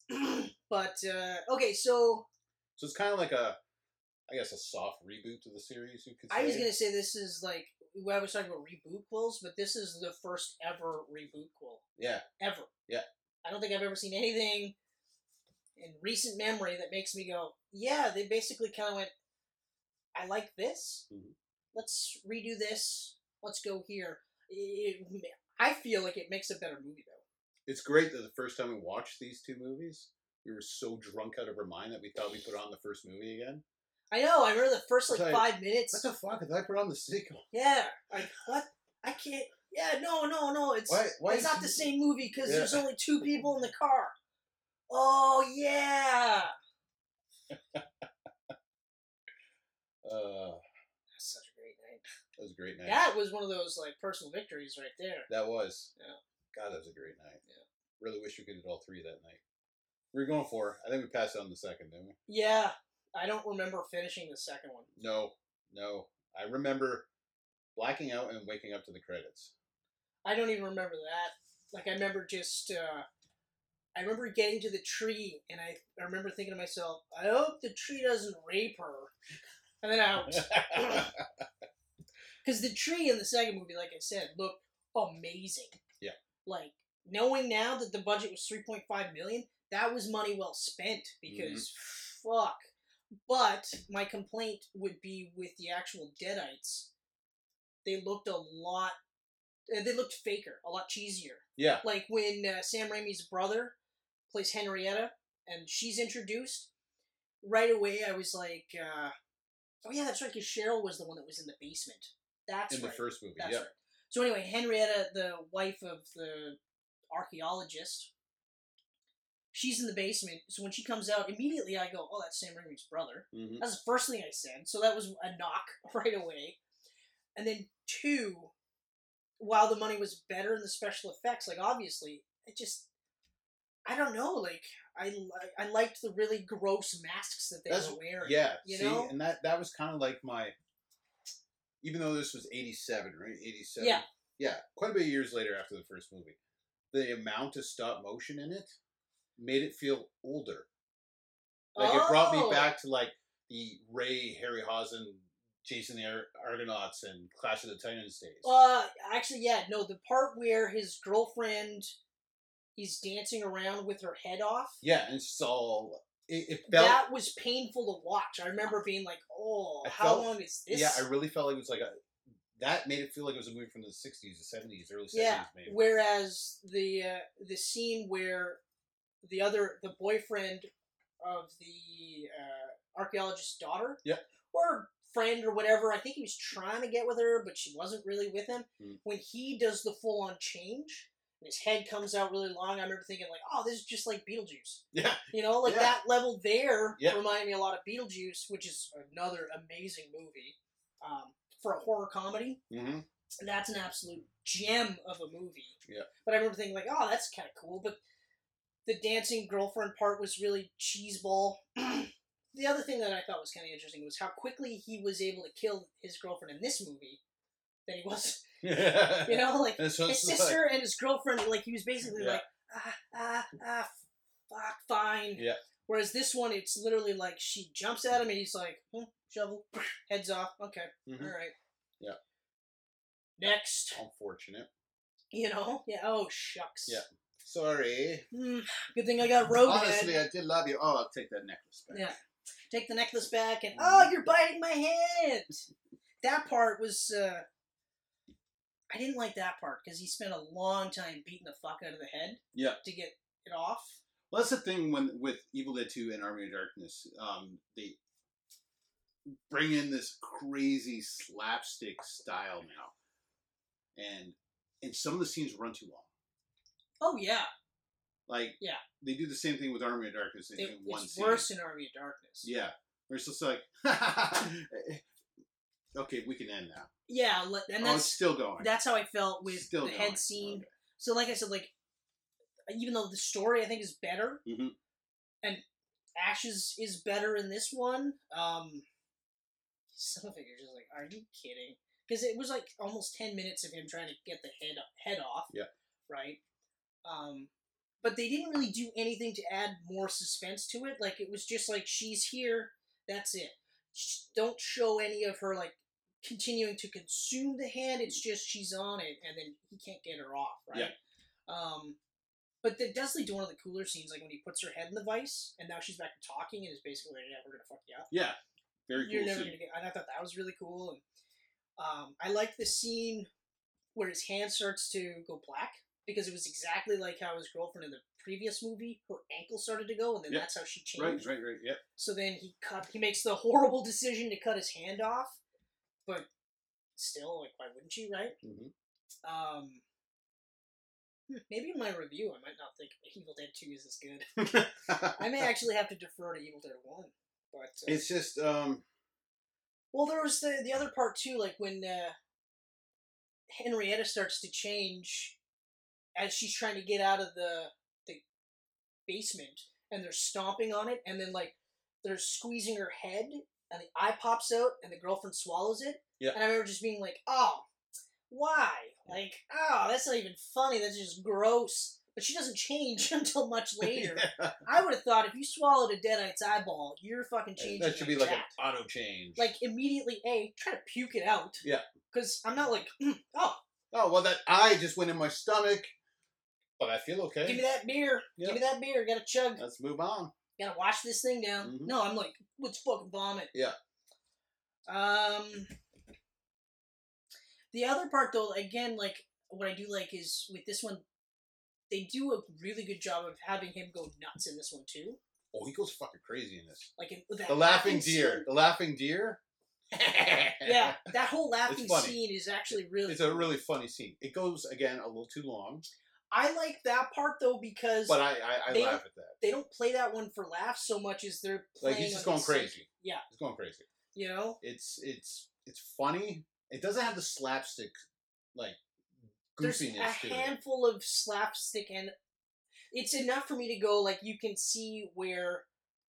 B: but uh, okay, so
C: So it's kind of like a, I guess, a soft reboot to the series. You could. Say.
B: I was gonna say this is like well, I was talking about reboot quills, but this is the first ever reboot quill
C: Yeah,
B: ever.
C: Yeah.
B: I don't think I've ever seen anything in recent memory that makes me go, yeah, they basically kind of went, I like this.
C: Mhm.
B: Let's redo this. Let's go here. It- I feel like it makes a better movie though.
C: it's great that the first time we watched these two movies, we were so drunk out of our mind that we thought we put on the first movie again.
B: I know. I remember the first like
C: It's like,
B: five
C: What
B: minutes.
C: the fuck? I thought I put on the sequel.
B: Yeah. Like what? I can't. Yeah. No. No. No. It's
C: Why? Why
B: it's
C: is
B: not the same movie because
C: Yeah.
B: there's only two people in the car. Oh yeah.
C: Uh,
B: That's such a great night.
C: that was a great night.
B: That was one of those like personal victories right there.
C: That was.
B: Yeah.
C: God, that was a great night.
B: Yeah.
C: Really wish we could do all three that night. We were going for. I think we passed on the second, didn't we?
B: Yeah, I don't remember finishing the second one.
C: No, no. I remember blacking out and waking up to the credits.
B: I don't even remember that. Like I remember just, uh, I remember getting to the tree and I, I remember thinking to myself, I hope the tree doesn't rape her. And then out. Because the tree in the second movie, like I said, looked amazing.
C: Yeah.
B: Like knowing now that the budget was three point five million, that was money well spent because fuck. But my complaint would be with the actual Deadites. They looked a lot. uh, They looked faker, a lot cheesier.
C: yeah,
B: Like when uh, Sam Raimi's brother plays Henrietta and she's introduced. Right away, I was like, uh, "Oh yeah, that's right." Because Cheryl was the one that was in the basement. That's
C: in
B: right.
C: the first movie.
B: That's
C: yeah.
B: right. So anyway, Henrietta, the wife of the archaeologist, she's in the basement. So when she comes out, immediately I go, "Oh, that's Sam Raimi's brother."
C: hmm
B: That's the first thing I said. So that was a knock right away. And then two, while the money was better in the special effects, like obviously, it just I don't know. Like I li- I liked the really gross masks that they
C: That's-
B: were wearing.
C: Yeah.
B: you
C: see,
B: know?
C: and that that was kind of like my. Even though this was '87, right? '87.
B: Yeah.
C: Yeah, quite a bit of years later after the first movie, the amount of stop motion in it made it feel older. Like it brought me
B: Oh!
C: back to like the Ray Harryhausen, Jason the Ar- Argonauts, and Clash of the Titans days.
B: Uh, actually, yeah, no, the part where his girlfriend is dancing around with her head off.
C: Yeah, and it's just all it, it felt.
B: that was painful to watch. I remember being like, "Oh,
C: I
B: how
C: felt-
B: long is this?"
C: yeah, I really felt like it was like a. That made it feel like it was a movie from the '60s, the '70s, early '70s,
B: Yeah,
C: maybe.
B: Whereas the uh, the scene where the other the boyfriend of the uh, archaeologist's daughter,
C: Yeah.
B: or friend or whatever. I think he was trying to get with her, but she wasn't really with him.
C: Mm.
B: When he does the full on change, and his head comes out really long. I remember thinking like, oh, this is just like Beetlejuice.
C: Yeah.
B: You know, like
C: Yeah.
B: that level there
C: Yeah.
B: reminded me a lot of Beetlejuice, which is another amazing movie um, for a horror comedy.
C: Mm-hmm.
B: That's an absolute gem of a movie.
C: Yeah.
B: But I remember thinking like, oh, that's kind of cool. But the dancing girlfriend part was really cheeseball. the other thing that I thought was kind of interesting was how quickly he was able to kill his girlfriend in this movie. That he was,
C: Yeah.
B: you know, like
C: That's what
B: his
C: it's like.
B: sister and his girlfriend, like he was basically
C: Yeah.
B: like, ah, ah, ah, fuck, fine.
C: Yeah.
B: Whereas this one, it's literally like she jumps at him and he's like, hmm, shovel, heads off. Okay,
C: Mhm.
B: all right.
C: Yeah.
B: Next,
C: Unfortunate.
B: you know, yeah. Oh shucks.
C: Yeah. Sorry.
B: Hmm, good thing I got roadhead.
C: Honestly, I did love you. Oh, I'll take that necklace back.
B: Yeah. Take the necklace back and
C: Mm-hmm.
B: oh, you're biting my hand. That part was. uh I didn't like that part because he spent a long time beating the fuck out of the head.
C: Yeah.
B: To get it off.
C: Well, that's the thing when with Evil Dead Two and Army of Darkness, um, they bring in this crazy slapstick style now, and and some of the scenes run too long.
B: Oh yeah,
C: Like
B: Yeah.
C: they do the same thing with Army of Darkness. They
B: It-
C: do one
B: it's
C: scene.
B: worse in Army of Darkness.
C: Yeah, where it's just like, okay, we can end now.
B: Yeah, le- and
C: oh, it's
B: that's
C: still going.
B: that's how I felt with
C: still
B: the
C: going.
B: head scene.
C: Okay.
B: So, like I said, like even though the story I think is better,
C: Mhm.
B: and Ashes is better in this one, um, some of it you're just like, are you kidding? Because it was like almost ten minutes of him trying to get the head head off.
C: Yeah.
B: Right. Um, but they didn't really do anything to add more suspense to it. Like it was just like she's here. That's it. Sh- Don't show any of her like continuing to consume the hand. It's just she's on it, and then he can't get her off, right?
C: Yeah.
B: Um, but that does lead to one of the cooler scenes, like when he puts her head in the vice, and now she's back to talking, and is basically like, "Yeah, we're gonna fuck you up.
C: Yeah, very cool
B: You're never
C: scene.
B: gonna get." And I thought that was really cool. And um, I liked the scene where his hand starts to go black because it was exactly like how his girlfriend in the previous movie, her ankle started to go, and then
C: Yeah.
B: that's how she changed.
C: Right, right, right. Yep.
B: So then he cut. He makes the horrible decision to cut his hand off, but still, like, why wouldn't you, right?
C: Mhm.
B: Um, hmm, maybe in my review, I might not think Evil Dead Two is as good. I may actually have to defer to Evil Dead One, but uh,
C: It's just um,
B: well, there was the the other part too, like when uh, Henrietta starts to change as she's trying to get out of the the basement, and they're stomping on it, and then like they're squeezing her head, and the eye pops out, and the girlfriend swallows it.
C: Yeah.
B: And I remember just being like, "Oh, why? Like, oh, that's not even funny. That's just gross." But she doesn't change until much later.
C: yeah.
B: I would have thought if you swallowed a deadite's eyeball, you're fucking changing.
C: that should be
B: like
C: like
B: that
C: an auto change.
B: like immediately a try to puke it out
C: Yeah.
B: because i'm not like "Mm, oh
C: Oh well, that eye just went in my stomach, but I feel okay.
B: give me that beer
C: Yeah.
B: give me that beer gotta chug
C: Let's move on.
B: gotta wash this thing down
C: Mhm.
B: no i'm like let's fucking vomit
C: Yeah.
B: um the other part though again like what i do like is with this one they do a really good job of having him go nuts in this one too
C: Oh, he goes fucking crazy in this.
B: like in, with that
C: The laughing
B: scene.
C: deer. The laughing deer.
B: yeah that whole laughing
C: funny.
B: scene is actually really
C: It's a really funny scene. It goes again a little too long,
B: i like that part though because
C: but I I, I
B: They-
C: laugh at that.
B: they don't play that one for laughs so much as they're
C: Like
B: playing
C: he's just
B: on
C: going
B: the same-
C: crazy.
B: yeah.
C: he's going crazy.
B: You know,
C: It's it's it's funny. It doesn't have the slapstick like
B: there's a
C: goofiness to it.
B: handful of slapstick, and it's enough for me to go like you can see where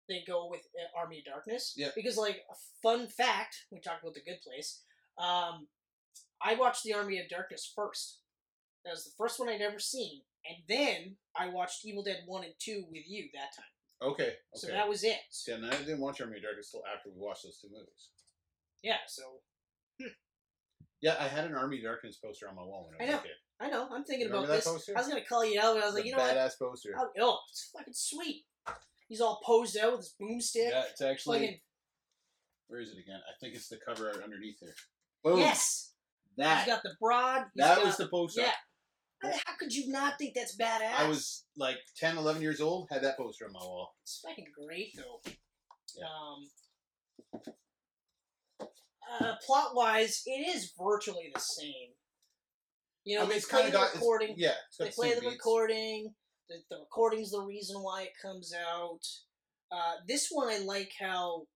B: they go with uh, Army of Darkness.
C: Yeah.
B: Because like a fun fact, we talked about the Good Place. Um, I watched the Army of Darkness first. That was the first one I'd ever seen, and then I watched Evil Dead One and Two with you that time.
C: Okay. Okay.
B: So that was it.
C: yeah, and I didn't watch Army of Darkness till after we watched those two movies.
B: Yeah. So
C: Yeah, I had an Army of Darkness poster on my wall when I
B: I
C: was
B: know.
C: a kid.
B: I know. I'm thinking
C: Remember
B: about
C: that
B: this.
C: poster?
B: I was gonna call you out, but I was
C: The
B: like, you know what?
C: badass poster.
B: Oh, yo, it's fucking sweet. He's all posed out with his boomstick.
C: Yeah, it's actually.
B: fucking
C: Where is it again? I think it's the cover art underneath there. Boom.
B: yes.
C: That
B: he's got the broad. he's
C: that
B: got-
C: was the poster.
B: yeah. I mean, how could you not think that's badass?
C: I was like 10, 11 years old. Had that poster on my wall.
B: It's fucking great though.
C: Yeah.
B: Um. uh, plot wise, it is virtually the same. You know,
C: I mean,
B: they
C: it's
B: play
C: kind of
B: the
C: got it's-
B: recording.
C: yeah, it's got
B: they play
C: same
B: the
C: beats.
B: recording. The, the recording's the reason why it comes out. Uh, this one, I like how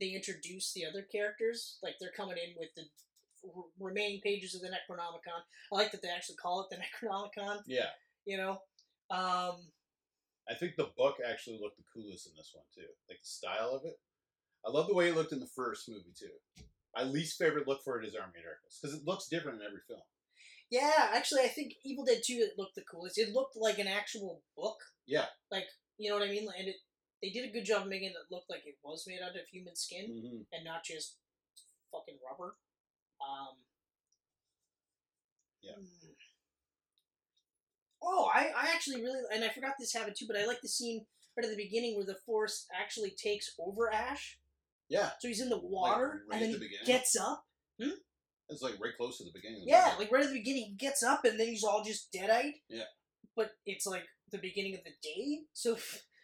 B: they introduce the other characters. Like they're coming in with the r- remaining pages of the Necronomicon. I like that they actually call it the Necronomicon.
C: Yeah,
B: You know, um,
C: I think the book actually looked the coolest in this one too. Like the style of it. I love the way it looked in the first movie too. My least favorite look for it is Army of Darkness because it looks different in every film.
B: yeah. Actually, I think Evil Dead Two it looked the coolest. It looked like an actual book.
C: Yeah.
B: Like you know what I mean. And it they did a good job making it look like it was made out of human skin.
C: Mm-hmm.
B: and not just fucking rubber. Um,
C: Yeah.
B: mm. Oh, I, I actually really and I forgot this happened too, but I like the scene right at the beginning where the force actually takes over Ash.
C: Yeah,
B: So he's in the water
C: right
B: and
C: at the
B: then
C: beginning?
B: he gets up.
C: it's like right close to the beginning. Of the
B: Yeah,
C: movie.
B: like right at the beginning, he gets up and then he's all just dead-eyed.
C: Yeah.
B: But it's like the beginning of the day, so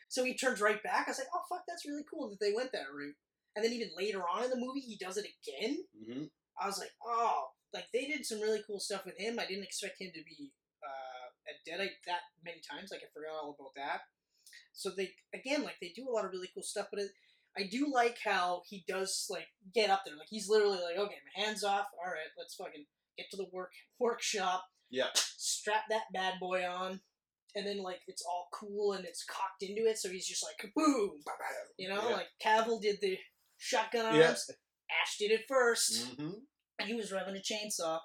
B: so he turns right back. I was like, oh fuck, that's really cool that they went that route. And then even later on in the movie, he does it again.
C: Mhm.
B: I was like, oh, like they did some really cool stuff with him. I didn't expect him to be uh, a deadite that many times. Like I forgot all about that. So they again, like they do a lot of really cool stuff. But it, I do like how he does like get up there. Like he's literally like, okay, my hands off. All right, let's fucking get to the work workshop.
C: Yeah.
B: Strap that bad boy on. And then like it's all cool and it's cocked into it, so he's just like boom, you know,
C: Yeah.
B: like Cavill did the shotgun arms,
C: Yeah.
B: Ash did it 1st
C: Mhm.
B: and he was revving a chainsaw,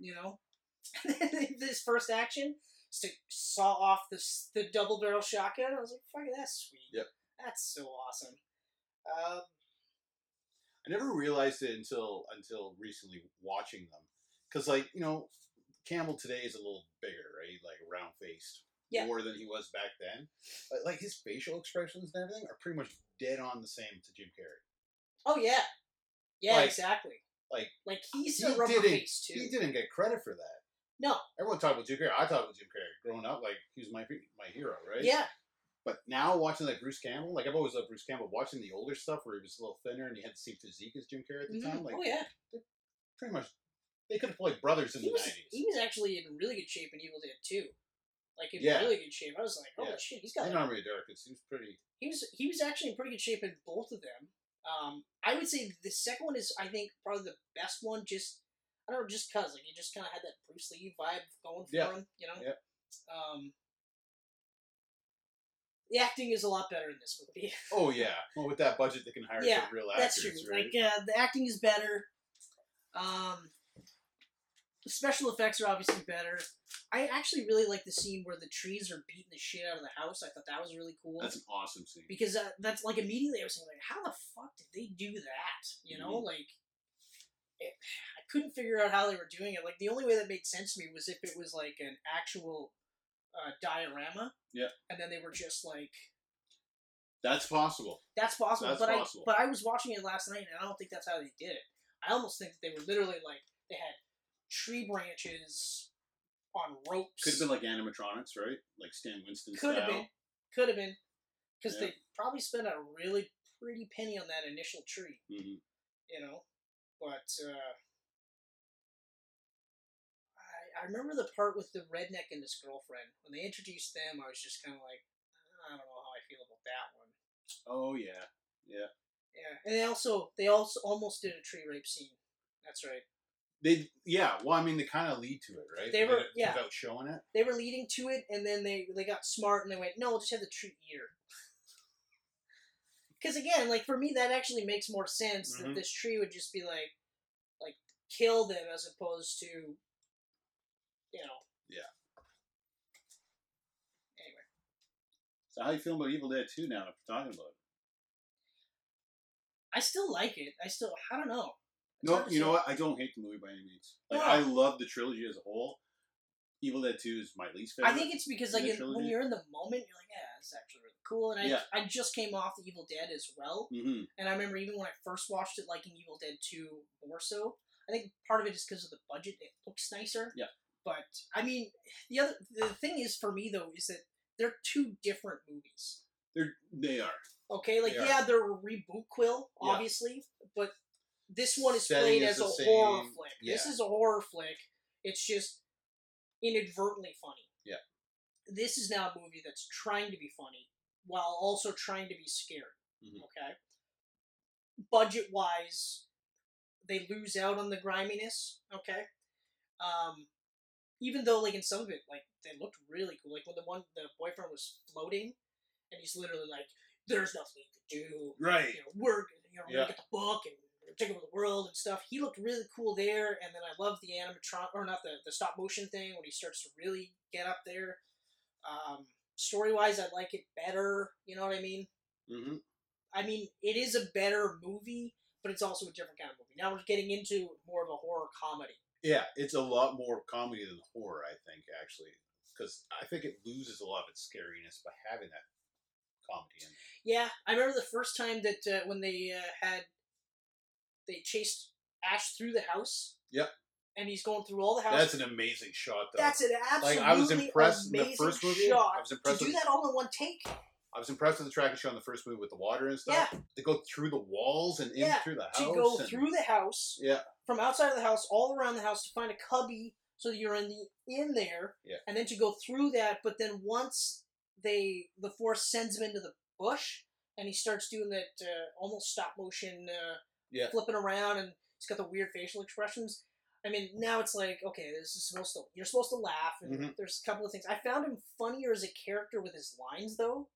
B: you know. this first action is to saw off the s- the double barrel shotgun. I was like, "Fuck, that's sweet.
C: Yep.
B: That's so awesome." Um,
C: I never realized it until until recently watching them, because like you know, Campbell today is a little bigger, right? Like round faced,
B: Yeah.
C: more than he was back then. But like his facial expressions and everything are pretty much dead on the same to Jim Carrey.
B: oh yeah, yeah,
C: Like-
B: exactly.
C: like,
B: like he's
C: he
B: a rubber
C: didn't-
B: face too.
C: He didn't get credit for that.
B: No,
C: Everyone talked about Jim Carrey. I talked about Jim Carrey growing up. Like he was my my hero, right?
B: yeah,
C: But now watching like Bruce Campbell, like I've always loved Bruce Campbell. Watching the older stuff where he was a little thinner and he had the same physique as Jim Carrey at the
B: mhm.
C: time, like
B: oh yeah,
C: pretty much they could have played brothers in
B: he
C: the
B: was
C: nineties.
B: he was actually in really good shape in Evil Dead too. Like in
C: Yeah.
B: really good shape. I was like, "Holy
C: Yeah.
B: shit, he's
C: I
B: got
C: don't know Army of Darkness. He was pretty.
B: he was he was actually in pretty good shape in both of them. Um, I would say the second one is I think probably the best one. Just I don't know, just cause like he just kind of had that Bruce Lee vibe going for
C: Yeah.
B: him, you know.
C: Yeah.
B: Um, the acting is a lot better in this movie.
C: Oh yeah. Well, with that budget, they can hire
B: Yeah,
C: some real
B: That's
C: actors.
B: true.
C: Right?
B: Like uh, the acting is better. Um, the special effects are obviously better. I actually really like the scene where the trees are beating the shit out of the house. I thought that was really cool.
C: That's an awesome scene.
B: because uh, that's like immediately I was like, how the fuck did they do that? You know,
C: Mm-hmm.
B: like it, I couldn't figure out how they were doing it. Like the only way that made sense to me was if it was like an actual uh, diorama.
C: Yeah.
B: And then they were just like,
C: That's possible.
B: that's possible.
C: That's
B: but I
C: possible.
B: but I was watching it last night and I don't think that's how they did it. I almost think that they were literally like they had tree branches on ropes.
C: Could have been like animatronics, right? Like Stan Winston
B: Could have
C: style.
B: been. Could have been. Because
C: Yeah.
B: they probably spent a really pretty penny on that initial tree.
C: Mhm.
B: you know. But uh, I, I remember the part with the redneck and his girlfriend when they introduced them. I was just kind of like, I don't know how I feel about that one.
C: Oh yeah.
B: Yeah, and they also they also almost did a tree rape scene. That's right.
C: They yeah. Well, I mean, they kind of lead to it, right?
B: They were-
C: did it
B: yeah.
C: without showing it.
B: They were leading to it, and then they they got smart and they went, no, we'll just have the tree ear. Because again, like for me, that actually makes more sense
C: Mhm.
B: that this tree would just be like, like kill them as opposed to, you know.
C: Yeah.
B: Anyway.
C: So how you feeling about Evil Dead 2 now? After talking about it.
B: I still like it. I still, I don't know. It's
C: No,
B: hard to
C: you
B: say.
C: know what? I don't hate the movie by any means. Like
B: No.
C: I love the trilogy as a whole. Evil Dead 2 is my least favorite.
B: I think it's because like
C: the
B: in, when
C: trilogy?
B: you're in the moment, you're like, yeah, it's actually really cool. And I,
C: Yeah.
B: I just came off the Evil Dead as well,
C: hmm
B: and I remember even when I first watched it, liking Evil Dead Two more so. I think part of it is because of the budget; it looks nicer.
C: Yeah.
B: But I mean, the other the thing is for me though is that they're two different movies.
C: They're they are.
B: Okay, like
C: They are.
B: yeah, they're a reboot quill,
C: Yeah.
B: obviously, but this one is
C: Setting
B: played
C: is
B: as
C: the
B: a
C: same,
B: horror flick. This
C: yeah.
B: is a horror flick. It's just inadvertently funny.
C: Yeah.
B: This is now a movie that's trying to be funny while also trying to be scary.
C: Mhm.
B: Okay. Budget wise, they lose out on the griminess. Okay. Um, even though like in some of it, like they looked really cool. Like when the one the boyfriend was floating, and he's literally like, "There's nothing you can do."
C: Right.
B: you know, we're you know,
C: Yeah.
B: we get the book and we're taking over the world and stuff. He looked really cool there, and then I love the animatron or not the the stop motion thing when he starts to really get up there. Um, story wise, I like it better. You know what I mean?
C: Mm-hmm.
B: I mean, it is a better movie, but it's also a different kind of movie. Now we're getting into more of a horror comedy.
C: Yeah, it's a lot more comedy than horror, I think, actually, because I think it loses a lot of its scariness by having that comedy in. it.
B: Yeah, I remember the first time that uh, when they uh, had they chased Ash through the house.
C: Yep.
B: And he's going through all the houses.
C: That's an amazing shot, though.
B: That's an
C: Like,
B: absolutely
C: I was impressed in the
B: amazing
C: first movie.
B: shot.
C: I was impressed
B: to do
C: with-
B: that all in one take.
C: I was impressed with the track and show in the first movie with the water and stuff. They go through the walls and in
B: Yeah,
C: through the house.
B: To go
C: and-
B: through the house,
C: Yeah,
B: from outside of the house, all around the house to find a cubby so that you're in the in there,
C: Yeah.
B: and then to go through that. But then once they the force sends him into the bush, and he starts doing that uh, almost stop motion, uh,
C: Yeah.
B: flipping around, and he's got the weird facial expressions. I mean, now it's like okay, this is supposed to you're supposed to laugh, and
C: Mhm.
B: there's a couple of things. I found him funnier as a character with his lines, though.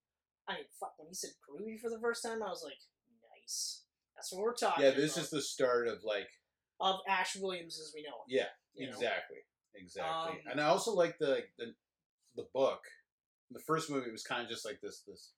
B: I mean, fuck, when he said groovy for the first time, I was like, nice. That's what we're talking.
C: yeah. This
B: about
C: is the start of like
B: of Ash Williams as we know him.
C: yeah,
B: you know?
C: exactly, exactly.
B: Um,
C: and I also like the the the book. The first movie was kind of just like this. This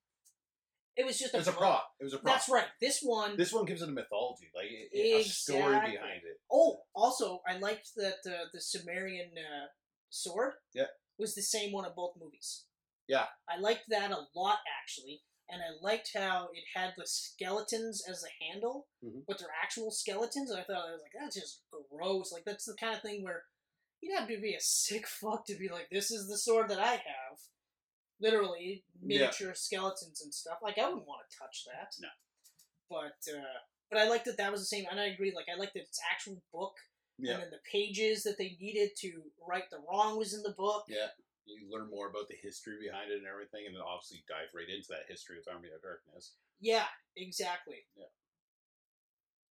B: It was just
C: it
B: a,
C: was a
B: prop.
C: prop. It was a prop.
B: That's right. This one.
C: This one gives it a mythology, like it, it- a story
B: Exactly.
C: behind it.
B: oh, also, I liked that uh, the Sumerian uh, sword.
C: Yeah.
B: Was the same one in both movies.
C: Yeah.
B: I liked that a lot actually, and I liked how it had the skeletons as a handle,
C: Mhm.
B: but they're actual skeletons. And I thought I was like, that's just gross. Like that's the kind of thing where you'd have to be a sick fuck to be like, this is the sword that I have. Literally miniature skeletons and stuff. Like I wouldn't want to touch that.
C: No.
B: But uh, but I liked that that was the same, and I agree. Like I liked that it's actual book,
C: Yeah,
B: and then the pages that they needed to right the wrong was in the book.
C: you learn more about the history behind it and everything, and then obviously dive right into that history with Army of Darkness.
B: Yeah, exactly.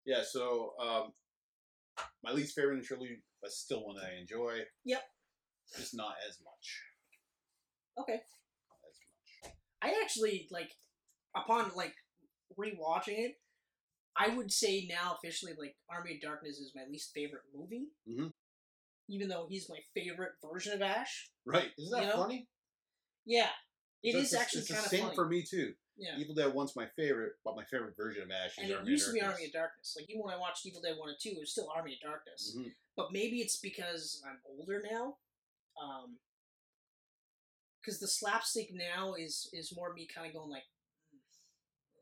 C: Yeah, so um, my least favorite in the trilogy, but still one that I enjoy.
B: Yep.
C: Just not as much.
B: Okay.
C: Not as much.
B: I actually like upon like rewatching it, I would say now officially like Army of Darkness is my least favorite movie.
C: Mhm.
B: Even though he's my favorite version of Ash.
C: Right? Isn't that
B: You know?
C: funny?
B: Yeah. It
C: That's
B: is
C: the-
B: actually
C: it's
B: kind
C: the
B: of
C: same
B: funny.
C: for me too.
B: yeah.
C: Evil Dead One's my favorite, but my favorite version of Ash is
B: And it
C: Army
B: used
C: of
B: to be
C: Darkness.
B: Army of Darkness. Like even when I watched Evil Dead One and Two, it was still Army of Darkness.
C: Mhm.
B: But maybe it's because I'm older now. Um, because the slapstick now is is more me kind of going like, "Mm."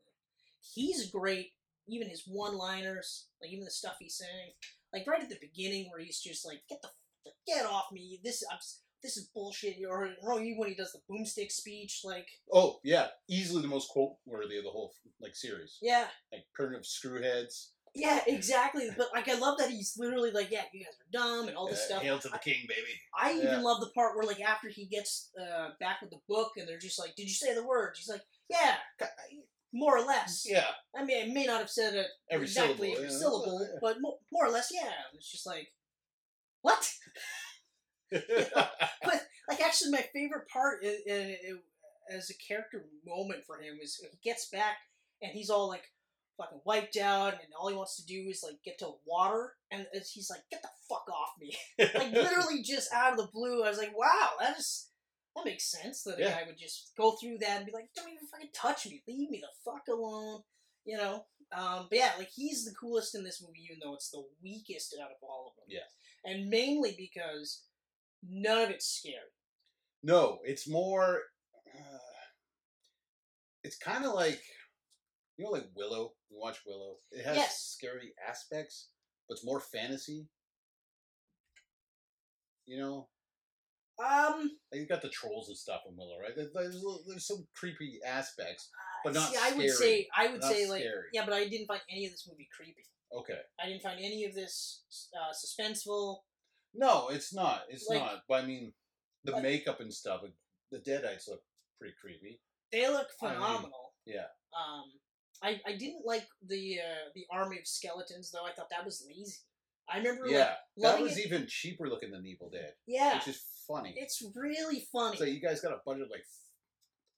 B: he's great. Even his one liners, like even the stuff he's saying, like right at the beginning where he's just like, get the f- get off me. This I'm, s- this is bullshit. Or, or even when he does the boomstick speech, like
C: Oh yeah, easily the most quote worthy of the whole like series.
B: yeah,
C: Like Primitive Screwheads,
B: yeah, exactly. But like I love that he's literally like, yeah, you guys are dumb and all
C: uh,
B: this stuff.
C: Hail to the King, baby.
B: I even
C: Yeah.
B: love the part where, like, after he gets uh, back with the book, and they're just like, "Did you say the words?" He's like, "Yeah, more or less."
C: Yeah,
B: I mean, I may not have said it
C: every
B: exactly
C: syllable.
B: every
C: yeah.
B: syllable, but mo- more or less, yeah. And It's just like, what? Like, actually, my favorite part is, as a character moment for him is when he gets back and he's all like fucking wiped out, and all he wants to do is like get to water, and it's- he's like, "Get the fuck off me!" like literally just out of the blue, I was like, wow, that is that makes sense that a
C: Yeah.
B: guy would just go through that and be like, don't even fucking touch me, leave me the fuck alone, you know. Um, but yeah, like he's the coolest in this movie, even though it's the weakest out of all of them.
C: Yeah.
B: and mainly because none of it's scary.
C: No, it's more. Uh, it's kind of like you know, like Willow. You watch Willow. It has
B: Yes.
C: scary aspects, but it's more fantasy. You know,
B: Um,
C: like you got the trolls and stuff in Willow, right? There- There's, little- there's some creepy aspects, but
B: Uh,
C: not.
B: see, I
C: scary.
B: would say, I would
C: Not
B: say, like,
C: scary.
B: yeah, but I didn't find any of this movie creepy.
C: Okay.
B: I didn't find any of this uh, suspenseful.
C: No, it's not. It's
B: Like-
C: not. But I mean, the
B: Like-
C: makeup and stuff. like, The Deadites look pretty creepy.
B: They look
C: I mean,
B: phenomenal.
C: yeah.
B: Um, I, I didn't like the uh, the army of skeletons though. I thought that was lazy. I remember like
C: Yeah, that
B: loving
C: was
B: it.
C: even cheaper looking than Evil Dead,
B: yeah.
C: which is funny.
B: It's really funny.
C: It's like you guys got a budget of like it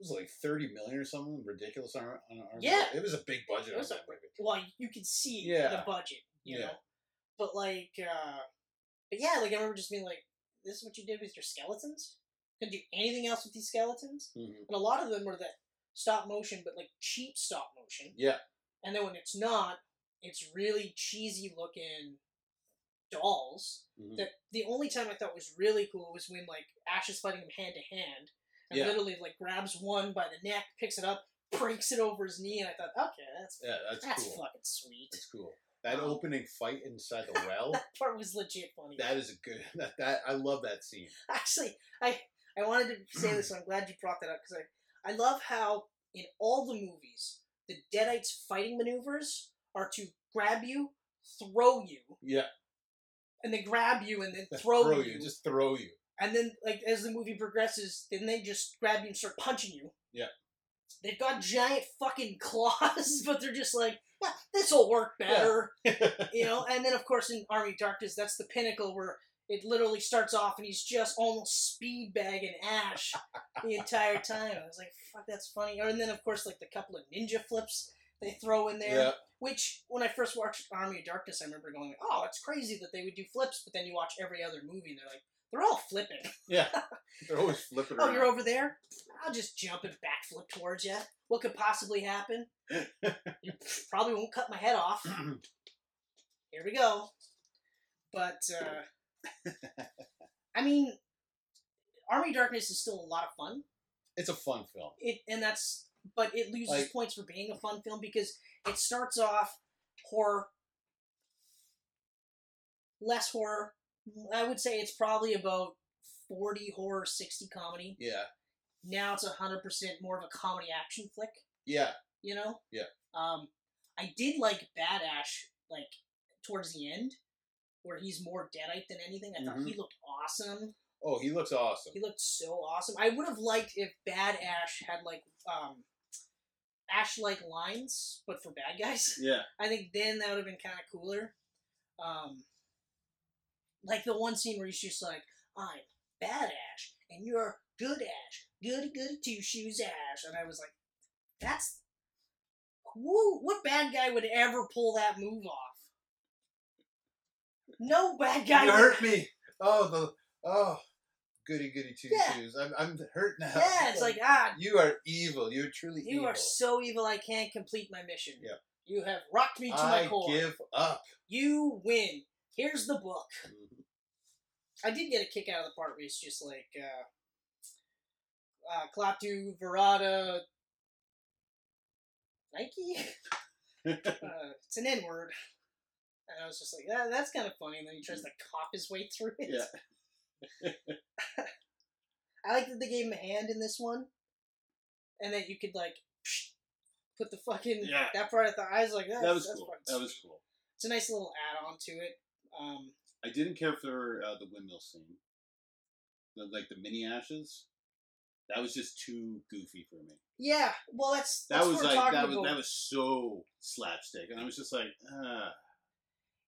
C: was like thirty million or something ridiculous on, on on-
B: Yeah.
C: it was a big budget.
B: It
C: on
B: was a-
C: that movie.
B: well, you could see the
C: Yeah.
B: budget, you
C: Yeah.
B: know. But like, uh, but yeah, like I remember just being like, "This is what you did with your skeletons? Couldn't do anything else with these skeletons."
C: Mhm.
B: And a lot of them were that stop motion, but like cheap stop motion.
C: Yeah,
B: And then when it's not, it's really cheesy looking dolls.
C: Mhm.
B: That the only time I thought was really cool was when like Ash is fighting him hand to hand, and
C: Yeah.
B: literally like grabs one by the neck, picks it up, breaks it over his knee, and I thought, okay, that's
C: yeah, that's,
B: that's
C: cool.
B: fucking sweet.
C: That's cool. That
B: Um,
C: opening fight inside the well.
B: That part was legit funny.
C: that is a good. That, that I love that scene.
B: Actually, I I wanted to say this, and I'm glad you brought that up because I I love how in all the movies the Deadites' fighting maneuvers are to grab you, throw you,
C: Yeah,
B: and they grab you and then throw, you,
C: just throw you.
B: and then like as the movie progresses, then they just grab you and start punching you.
C: Yeah.
B: They've got giant fucking claws, but they're just like, this will work better, you know. And then of course in Army of Darkness, that's the pinnacle where it literally starts off and he's just almost speed bagging Ash the entire time. I was like, fuck, that's funny. Or, and then of course like the couple of ninja flips they throw in there.
C: Yeah,
B: Which, when I first watched Army of Darkness, I remember going, "Oh, it's crazy that they would do flips." But then you watch every other movie, and they're like, "They're all flipping."
C: yeah. They're always flipping
B: Oh,
C: around.
B: you're over there. I'll just jump and backflip towards you. What could possibly happen? you probably won't cut my head off. Here we go. But uh, I mean, Army of Darkness is still a lot of fun.
C: it's a fun film.
B: It and that's but it loses
C: Like-
B: points for being a fun film because it starts off horror, less horror. I would say it's probably about forty horror, sixty comedy
C: Yeah,
B: now it's hundred percent more of a comedy action flick.
C: yeah.
B: You know.
C: Yeah.
B: Um, I did like Bad Ash like towards the end, where he's more Deadite than anything. I thought
C: Mhm.
B: he looked awesome.
C: Oh, he looks awesome.
B: He looked so awesome. I would have liked if Bad Ash had like um, Ash like lines, but for bad guys.
C: Yeah,
B: I think then that would have been kind of cooler. Um, like the one scene where he's just like, "I'm bad Ash, and you're good Ash, good good two shoes Ash," and I was like, "That's who? What bad guy would ever pull that move off? No bad guy.
C: you
B: would-
C: hurt me. Oh, the oh, goody goody two
B: Yeah.
C: shoes. I'm I'm hurt now.
B: yeah, it's like ah,
C: you are evil. You're truly
B: you
C: evil.
B: are so evil. I can't complete my mission.
C: Yep.
B: You have rocked me to my
C: I
B: core.
C: give up.
B: You win. Here's the book."
C: Mm-hmm.
B: I did get a kick out of the part where it's just like uh uh Klaatu, Verada Nike? uh, it's an N word. And I was just like, that, that's kind of funny. And then he tries to cop his way through it.
C: Yeah.
B: I like that they gave him a hand in this one. And that you could, like, put the fucking.
C: Yeah.
B: That part I thought, I was like, that's,
C: that was
B: that's
C: cool.
B: fucking
C: That was
B: sweet.
C: cool.
B: It's a nice little add on to it. Um,
C: I didn't care for uh, the windmill scene, the, like the mini ashes. That was just too goofy for me.
B: yeah, well, that's,
C: That
B: that's
C: was
B: what we're
C: like
B: talking
C: that was
B: about.
C: that was so slapstick, and I was just like, ah,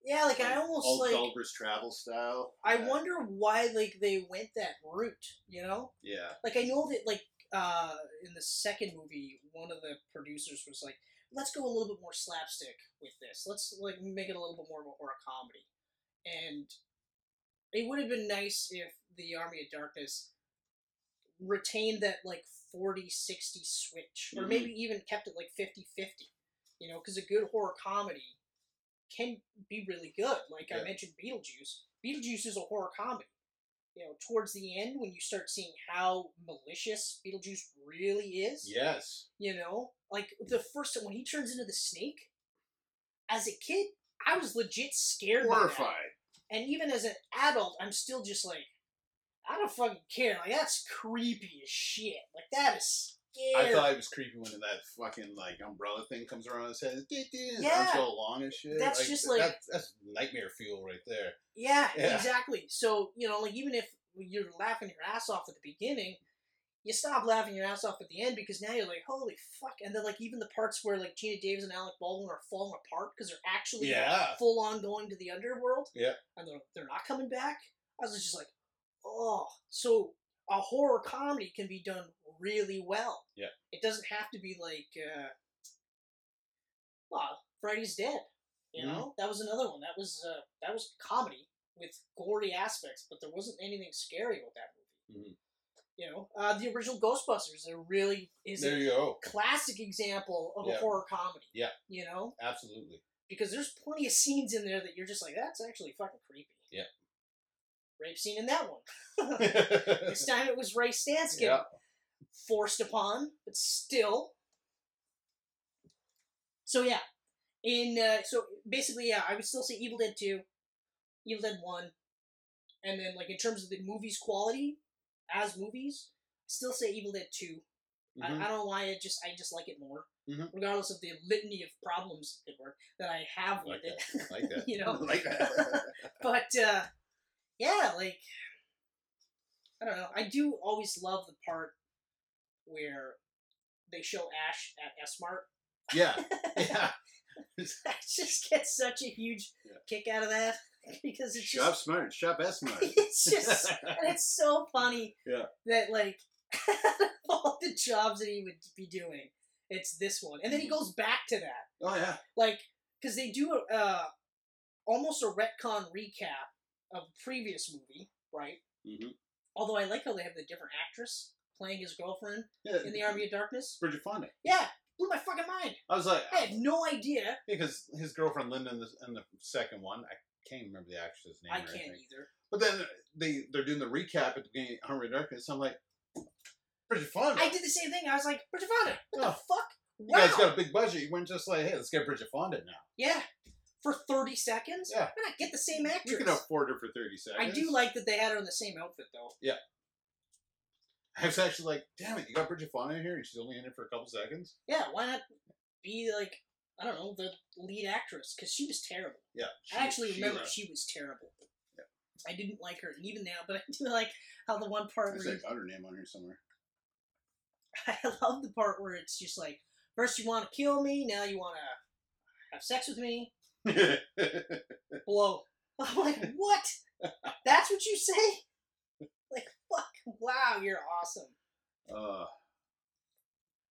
B: Yeah, like I almost
C: all
B: like
C: Gulliver's Travel style.
B: I
C: Yeah.
B: wonder why like they went that route, you know?
C: Yeah,
B: Like I know that like uh in the second movie one of the producers was like, "Let's go a little bit more slapstick with this. Let's like make it a little bit more of a horror comedy." And it would have been nice if the Army of Darkness retained that like 40 60 switch or
C: Mhm.
B: maybe even kept it like 50 50 you know because a good horror comedy can be really good like i
C: Yeah.
B: mentioned beetlejuice beetlejuice is a horror comedy you know towards the end when you start seeing how malicious beetlejuice really is
C: yes,
B: you know like the first time when he turns into the snake as a kid i was legit scared by that.
C: horrified.
B: and even as an adult i'm still just like i don't fucking care like that's creepy as shit like that is scared.
C: I thought it was creepy when that fucking like umbrella thing comes around his head. and His
B: Yeah.
C: arms go along and shit.
B: That's just like-
C: that's, that's nightmare fuel right there.
B: Yeah,
C: Yeah.
B: exactly. So, you know, like even if you're laughing your ass off at the beginning, you stop laughing your ass off at the end because now you're like, holy fuck. And then, like, even the parts where, like, Gina Davis and Alec Baldwin are falling apart because they're actually
C: Yeah.
B: full on going to the underworld.
C: Yeah.
B: And they're, they're not coming back. I was just like, oh. So, a horror comedy can be done really well.
C: Yeah.
B: It doesn't have to be like, uh, well, Freddy's Dead. You
C: Mhm.
B: know, that was another one. That was uh, that was comedy with gory aspects, but there wasn't anything scary about that movie.
C: Mhm.
B: You know, uh, the original Ghostbusters there really is
C: there
B: a
C: you go.
B: classic example of a
C: Yeah.
B: horror comedy.
C: Yeah.
B: You know,
C: Absolutely.
B: because there's plenty of scenes in there that you're just like, that's actually fucking creepy.
C: Yeah.
B: Rape scene in that one. this time it was Ray Stans getting
C: Yeah.
B: forced upon, but still. So yeah, in uh, so basically yeah, I would still say Evil Dead Two, Evil Dead One, and then like in terms of the movies quality as movies, still say Evil Dead 2 I, I
C: Mhm.
B: don't know why it just I just like it more,
C: Mhm.
B: regardless of the litany of problems it were that I have with
C: Like
B: it.
C: Like that.
B: you know?
C: like that.
B: but uh, yeah, like I don't know. I do always love the part where they show Ash at S Mart.
C: yeah. Yeah.
B: I just get such a huge
C: Yeah.
B: kick out of that because it's
C: Shop
B: just
C: smart. Shop S smart.
B: it's just and it's so funny
C: Yeah.
B: that like out of all the jobs that he would be doing, it's this one, and then
C: Mm-hmm.
B: he goes back to that.
C: oh yeah.
B: like because they do a uh, almost a retcon recap of the previous movie, right?
C: Mhm.
B: Although I like how they have the different actress playing his girlfriend
C: yeah.
B: in the Army of Darkness.
C: Bridget Fonda.
B: Yeah, blew my fucking mind.
C: I was like,
B: I had no idea.
C: because his girlfriend Linda in the, in the second one, I can't remember the actress's name.
B: I
C: or
B: can't
C: anything.
B: either.
C: But then they they're doing the recap at the beginning of Armored Darkness. I'm like, Bridget Fonda.
B: I did the same thing. I was like, Bridget Fonda, what the
C: Oh.
B: fuck?
C: you
B: Wow.
C: guys got a big budget. You weren't just like, hey, let's get Bridget Fonda now.
B: yeah, for thirty seconds.
C: Yeah.
B: Why not get the same actress?
C: We can afford her for thirty
B: I
C: seconds.
B: do like that they had her in the same outfit though.
C: I was actually like, damn it, you got Bridget Fonda in here, and she's only in it for a couple seconds.
B: Yeah, why not be like I don't know the lead actress because she was terrible.
C: Yeah.
B: I actually
C: she uh,
B: remember
C: left.
B: she was terrible. I didn't like her even now, but I do like how the one part
C: There's
B: where
C: like got her name on here somewhere.
B: I love the part where it's just like first you want to kill me, now you want to have sex with me. Blow. I'm like, what? That's what you say? Like, fuck! Wow, you're awesome.
C: uh,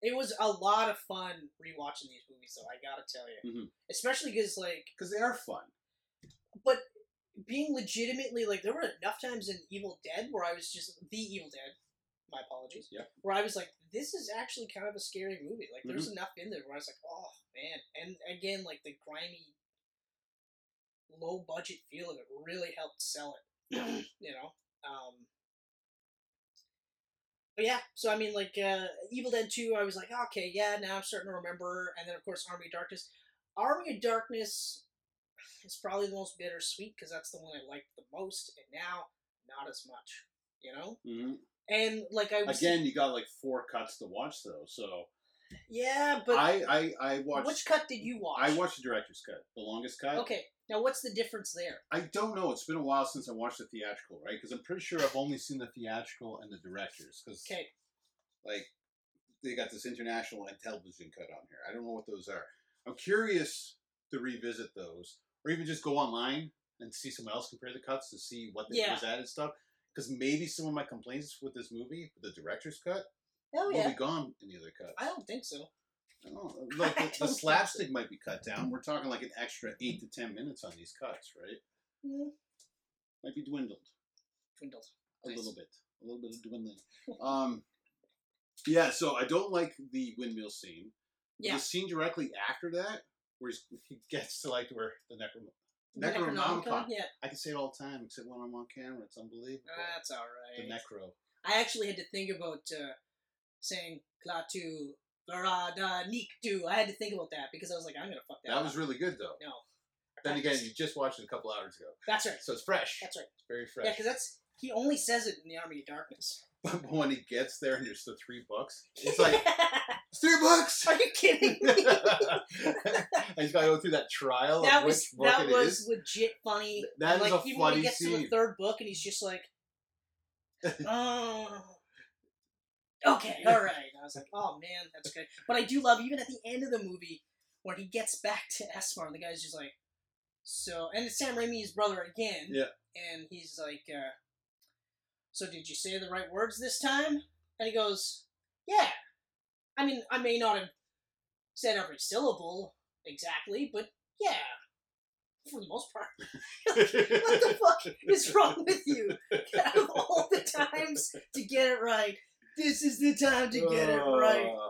B: It was a lot of fun rewatching these movies, though. I gotta tell you,
C: Mhm.
B: especially because like
C: because they are fun.
B: being legitimately like there were enough times in Evil Dead where I was just the Evil Dead. My apologies.
C: Yeah.
B: Where I was like, this is actually kind of a scary movie. Like there's enough in there where I was like, oh man. And again, like the grimy, low budget feel of it really helped sell it. you know. Um, but yeah, so I mean, like uh, Evil Dead Two, I was like, okay, yeah, now I'm starting to remember. And then of course Army of Darkness. Army of Darkness is probably the most bittersweet because that's the one I liked the most, and now not as much. You know,
C: hmm
B: and like I was
C: Again, you got like four cuts to watch though, so
B: yeah, but
C: I I I watched.
B: which cut did you watch?
C: I watched the director's cut, the longest cut.
B: Okay, now what's the difference there?
C: I don't know. It's been a while since I watched the theatrical, right? Because I'm pretty sure I've only seen the theatrical and the directors. Because
B: Okay,
C: like they got this international and television cut on here. I don't know what those are. I'm curious to revisit those, or even just go online and see someone else compare the cuts to see what they
B: Yeah.
C: was added stuff. Because maybe some of my complaints with this movie, the director's cut,
B: oh
C: will
B: yeah,
C: be gone in the other cut.
B: I don't think so.
C: Oh, like
B: I
C: the, the
B: don't
C: slapstick might be cut down. We're talking like an extra eight to ten minutes on these cuts, right?
B: Mm,
C: Might be dwindled
B: Dwindled.
C: Hmm. a
B: Nice.
C: little bit, a little bit of dwindling. um, yeah. So I don't like the windmill scene. But
B: Yeah.
C: The scene directly after that, where he's, he gets to like where the necrom.
B: Necronomicon.
C: Necronomicon.
B: Yeah,
C: I can say it all the time, except when I'm on camera, it's unbelievable.
B: that's all
C: the
B: right.
C: necro.
B: I actually had to think about uh, saying Klaatu Varada Niktu. I had to think about that because I was like, I'm gonna fuck that.
C: That
B: up.
C: was really good though.
B: no.
C: Then again, you just watched it a couple hours ago,
B: That's right.
C: so it's fresh.
B: That's right.
C: It's very
B: Yeah,
C: fresh.
B: because that's He only says it in the Army of Darkness.
C: But when he gets there and there's the three bucks, it's like it's three bucks.
B: Are you kidding me?
C: and he's got to go through that trial
B: that
C: of
B: was
C: which book
B: that
C: it
B: was
C: is.
B: legit funny.
C: That
B: And,
C: is
B: like
C: a
B: even when
C: funny
B: he gets to the
C: scene.
B: third book and he's just like, oh, okay, all right. I was like, oh man, that's good. But I do love even at the end of the movie when he gets back to Esmar, the guy's just like, so, and it's Sam Raimi's brother again.
C: Yeah.
B: And he's like, uh, so did you say the right words this time? And he goes, yeah. I mean, I may not have said every syllable exactly, but yeah, for the most part. What the fuck is wrong with you? Out of all the times to get it right, this is the time to get it right.
C: Uh,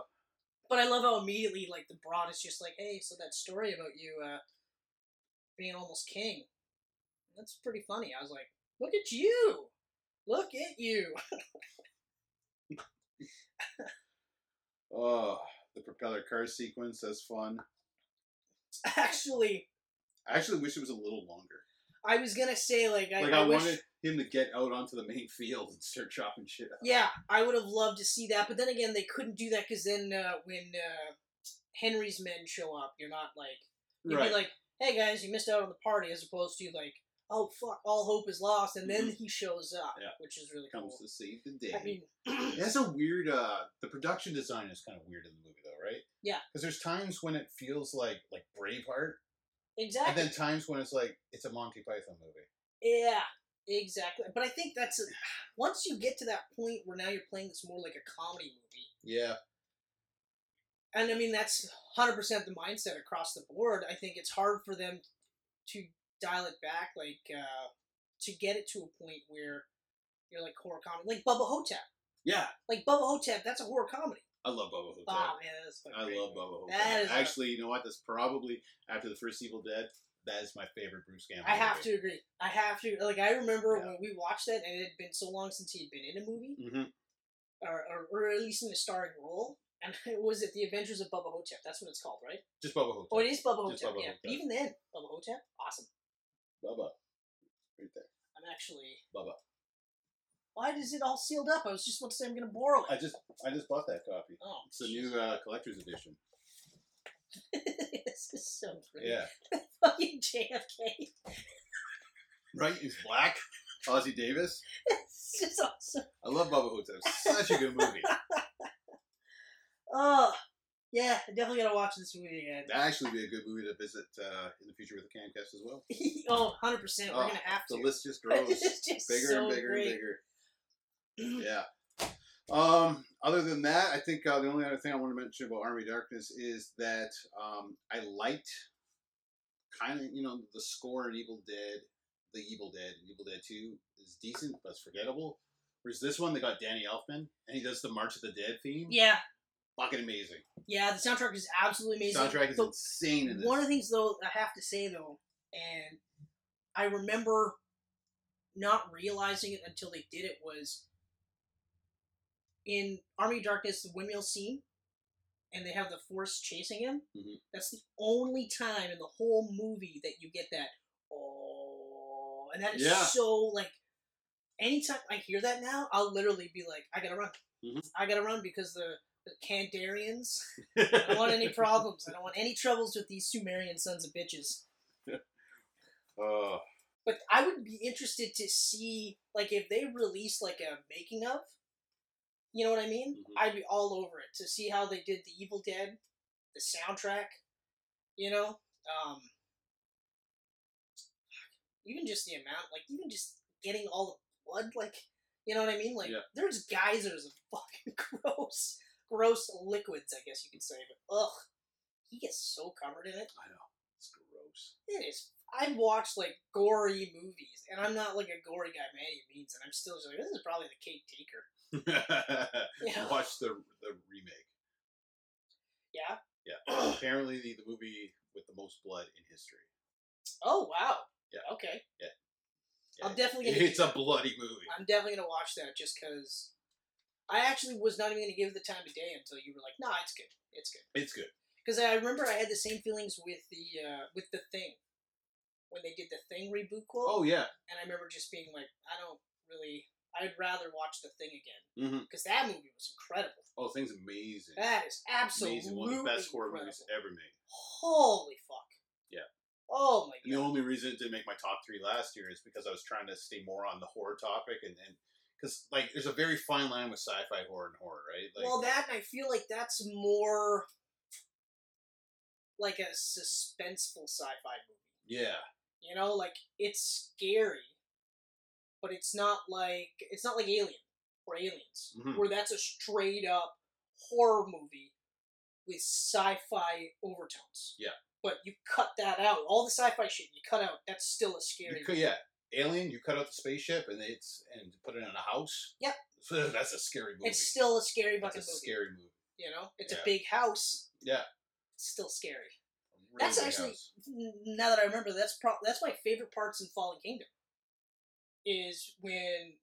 B: But I love how immediately, like, the broad is just like, hey, so that story about you uh, being almost king, that's pretty funny. I was like, look at you! Look at you!
C: Oh, the propeller car sequence. That's fun.
B: Actually,
C: I actually wish it was a little longer.
B: I was gonna say, like, I,
C: Like
B: I
C: I,
B: wish.
C: wanted him to get out onto the main field and start chopping shit up.
B: Yeah, I would have loved to see that, but then again, they couldn't do that because then uh, when uh, Henry's men show up, you're not like you'd
C: right.
B: be like, "Hey guys, you missed out on the party," as opposed to like, "Oh fuck, all hope is lost," and then he shows up,
C: Mm-hmm. Yeah.
B: which is really
C: Comes
B: cool.
C: to save the day.
B: I mean,
C: That's a weird. uh The production design is kind of weird in the movie, though, right?
B: Yeah.
C: Because there's times when it feels like like Braveheart,
B: exactly.
C: and then times when it's like it's a Monty Python movie.
B: yeah, exactly. But I think that's once you get to that point where now you're playing this more like a comedy movie.
C: Yeah.
B: and I mean that's hundred percent the mindset across the board. I think it's hard for them to dial it back, like uh, to get it to a point where you're like horror comedy, like Bubba Hotep.
C: Yeah.
B: Like Bubba Hotep, that's a horror comedy.
C: I love Bubba Hotel.
B: Ah man, that's fucking
C: I
B: great.
C: love Bubba
B: That
C: Hotel.
B: is a-
C: Actually, you know what? That's probably after the first Evil Dead. That is my favorite Bruce Campbell.
B: I have
C: movie.
B: to agree. I have to like. I remember
C: Yeah.
B: when we watched that, and it had been so long since he'd been in a movie,
C: Mhm.
B: or, or, or at least in a starring role. And it was it the Adventures of Bubba Hotep? That's what it's called, right?
C: Just Bubba Hotel.
B: Oh, it is Bubba
C: Just
B: Hotep.
C: Bubba
B: yeah.
C: Hotep.
B: But even then, Bubba Hotep, awesome.
C: Bubba. Right there.
B: I'm actually
C: Bubba.
B: Why is it all sealed up? I was just about to say I'm going to borrow it.
C: I just I just bought that copy.
B: oh,
C: It's the new uh, collector's edition.
B: this is so great.
C: Yeah.
B: Fucking JFK.
C: Right? He's black. Ozzy Davis.
B: It's just awesome.
C: I love Bubba Hotel. Such a good movie.
B: Oh, yeah. I definitely got to watch this movie again.
C: That actually be a good movie to visit uh, in the future with the Camcast as well.
B: oh, 100%. We're
C: Oh,
B: going to have
C: The
B: to.
C: list just grows
B: This is just
C: bigger
B: so
C: and bigger
B: great.
C: and bigger. Yeah. Um, other than that, I think uh, the only other thing I want to mention about Army of Darkness is that um, I liked kind of you know the score in Evil Dead, the Evil Dead, Evil Dead Two is decent but it's forgettable. Whereas this one, they got Danny Elfman and he does the March of the Dead theme.
B: Yeah,
C: Fucking amazing.
B: yeah. The soundtrack is absolutely amazing.
C: Soundtrack is
B: The-
C: insane in this.
B: One of the things though I have to say though, and I remember not realizing it until they did it was in Army of Darkness the windmill scene, and they have the force chasing him.
C: Mhm.
B: That's the only time in the whole movie that you get that oh, and that is
C: Yeah.
B: so like. Anytime I hear that now, I'll literally be like, I gotta run.
C: Mhm.
B: I gotta run because the, the Kandarians I don't want any problems. I don't want any troubles with these Sumerian sons of bitches.
C: Oh,
B: But I would be interested to see, like, if they release like a making of. You know what I mean?
C: Mhm.
B: I'd be all over it to see how they did the Evil Dead, the soundtrack. You know, um, even just the amount, like, even just getting all the blood, like, you know what I mean? Like,
C: Yeah.
B: there's geysers of fucking gross, gross liquids. I guess you could say, but ugh, he gets so covered in it.
C: I know. It's gross.
B: It is. I've watched like gory movies, and I'm not like a gory guy by any means, and I'm still just like, this is probably the Cake Taker. You know?
C: Watch the the remake.
B: Yeah.
C: Yeah. Apparently, the, the movie with the most blood in history.
B: Oh wow.
C: Yeah.
B: Okay.
C: Yeah.
B: I'm definitely gonna.
C: It's a bloody movie.
B: I'm definitely gonna watch that just because. I actually was not even gonna give it the time of day until you were like, "Nah, it's good. It's good."
C: It's good.
B: Because I remember I had the same feelings with the uh, with the thing when they did the thing reboot quote,
C: Oh yeah.
B: and I remember just being like, "I don't really. I'd rather watch The Thing again
C: Mm-hmm.
B: because that movie was incredible.
C: Oh, thing's amazing.
B: That is absolutely
C: amazing. One of the best horror
B: incredible.
C: movies ever made.
B: Holy fuck!
C: Yeah.
B: Oh my
C: And the
B: god.
C: only reason it didn't make my top three last year is because I was trying to stay more on the horror topic, and and because like there's a very fine line with sci-fi horror and horror, right? Like,
B: well, that and I feel like that's more like a suspenseful sci-fi movie.
C: yeah,
B: You know, like it's scary, but it's not like it's not like Alien or Aliens,
C: Mhm.
B: where that's a straight up horror movie with sci-fi overtones.
C: Yeah.
B: But you cut that out. All the sci-fi shit you cut out. That's still a scary.
C: you could, yeah, Alien, you cut out the spaceship and it's and put it in a house.
B: Yep.
C: So that's a scary movie.
B: It's still a scary
C: that's
B: fucking
C: a
B: movie.
C: scary movie.
B: You know, it's
C: Yeah.
B: a big house.
C: Yeah,
B: It's still scary.
C: Really
B: That's
C: big
B: actually-
C: house.
B: now that I remember, that's pro- that's my favorite parts in Fallen Kingdom. Is when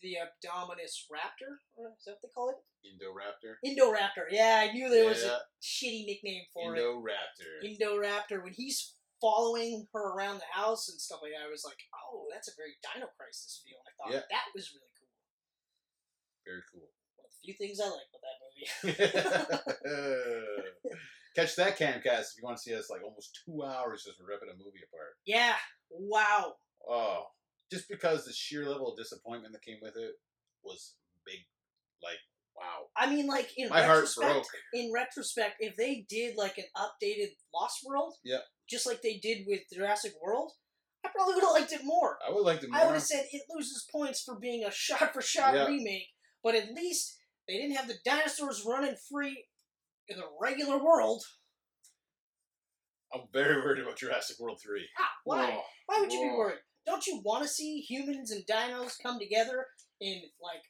B: the Abdominus Raptor, or is that what they call it?
C: Indoraptor.
B: Indoraptor. Yeah, I knew there was
C: Yeah.
B: a shitty nickname for it.
C: Indoraptor.
B: Indoraptor. When he's following her around the house and stuff like that, I was like, oh, that's a very Dino Crisis feel. I thought
C: Yeah.
B: that was really cool.
C: Very cool.
B: One of the few things I like about that movie.
C: Catch that camcast if you want to see us like almost two hours just ripping a movie apart.
B: yeah. Wow.
C: Oh, just because the sheer level of disappointment that came with it was big. Like, wow.
B: I mean, like in
C: My heart
B: retrospect,
C: broke.
B: in retrospect, if they did like an updated Lost World,
C: Yeah.
B: just like they did with Jurassic World, I probably would have liked it more.
C: I would like to more.
B: I would have said it loses points for being a shot for shot
C: Yeah.
B: remake, but at least they didn't have the dinosaurs running free in the regular world.
C: I'm very worried about Jurassic World 3.
B: Ah, why?
C: Oh,
B: Why would you be
C: Whoa.
B: worried? Don't you want to see humans and dinos come together in like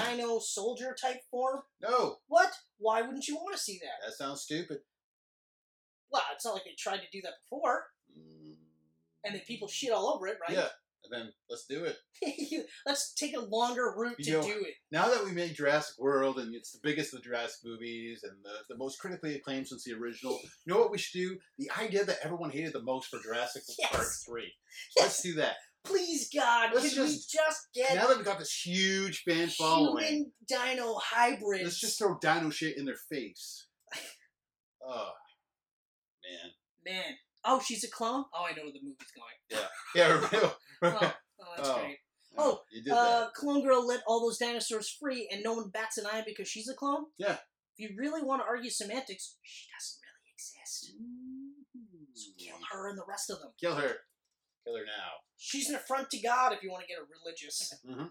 B: a dino soldier type form?
C: no,
B: What? Why wouldn't you want to see that?
C: that sounds stupid.
B: Well, it's not like they tried to do that before, and then people shit all over it, right?
C: Yeah, and then let's do it.
B: Let's take a longer route to
C: You know-
B: do it.
C: Now that we made Jurassic World and it's the biggest of the Jurassic movies and the, the most critically acclaimed since the original, you know what we should do? The idea that everyone hated the most for Jurassic Part
B: Yes.
C: 3. Let's
B: Yes,
C: do that.
B: please, God, can we
C: Let's just-
B: just
C: Now
B: get
C: that we've got this huge fan following,
B: human dino hybrids?
C: Let's just throw dino shit in their face. Oh, man.
B: man. Oh, she's a clone. Oh, I know where the movie's going.
C: Yeah, real.
B: Oh, oh that's
C: Oh,
B: great.
C: Oh, you did
B: Uh, clone girl let all those dinosaurs free, and no one bats an eye because she's a clone.
C: Yeah.
B: If you really want to argue semantics, she doesn't really exist. So
C: that.
B: kill her and the rest of them.
C: Kill her. Kill her now.
B: She's an affront to God if you want to get a religious.
C: Mhm.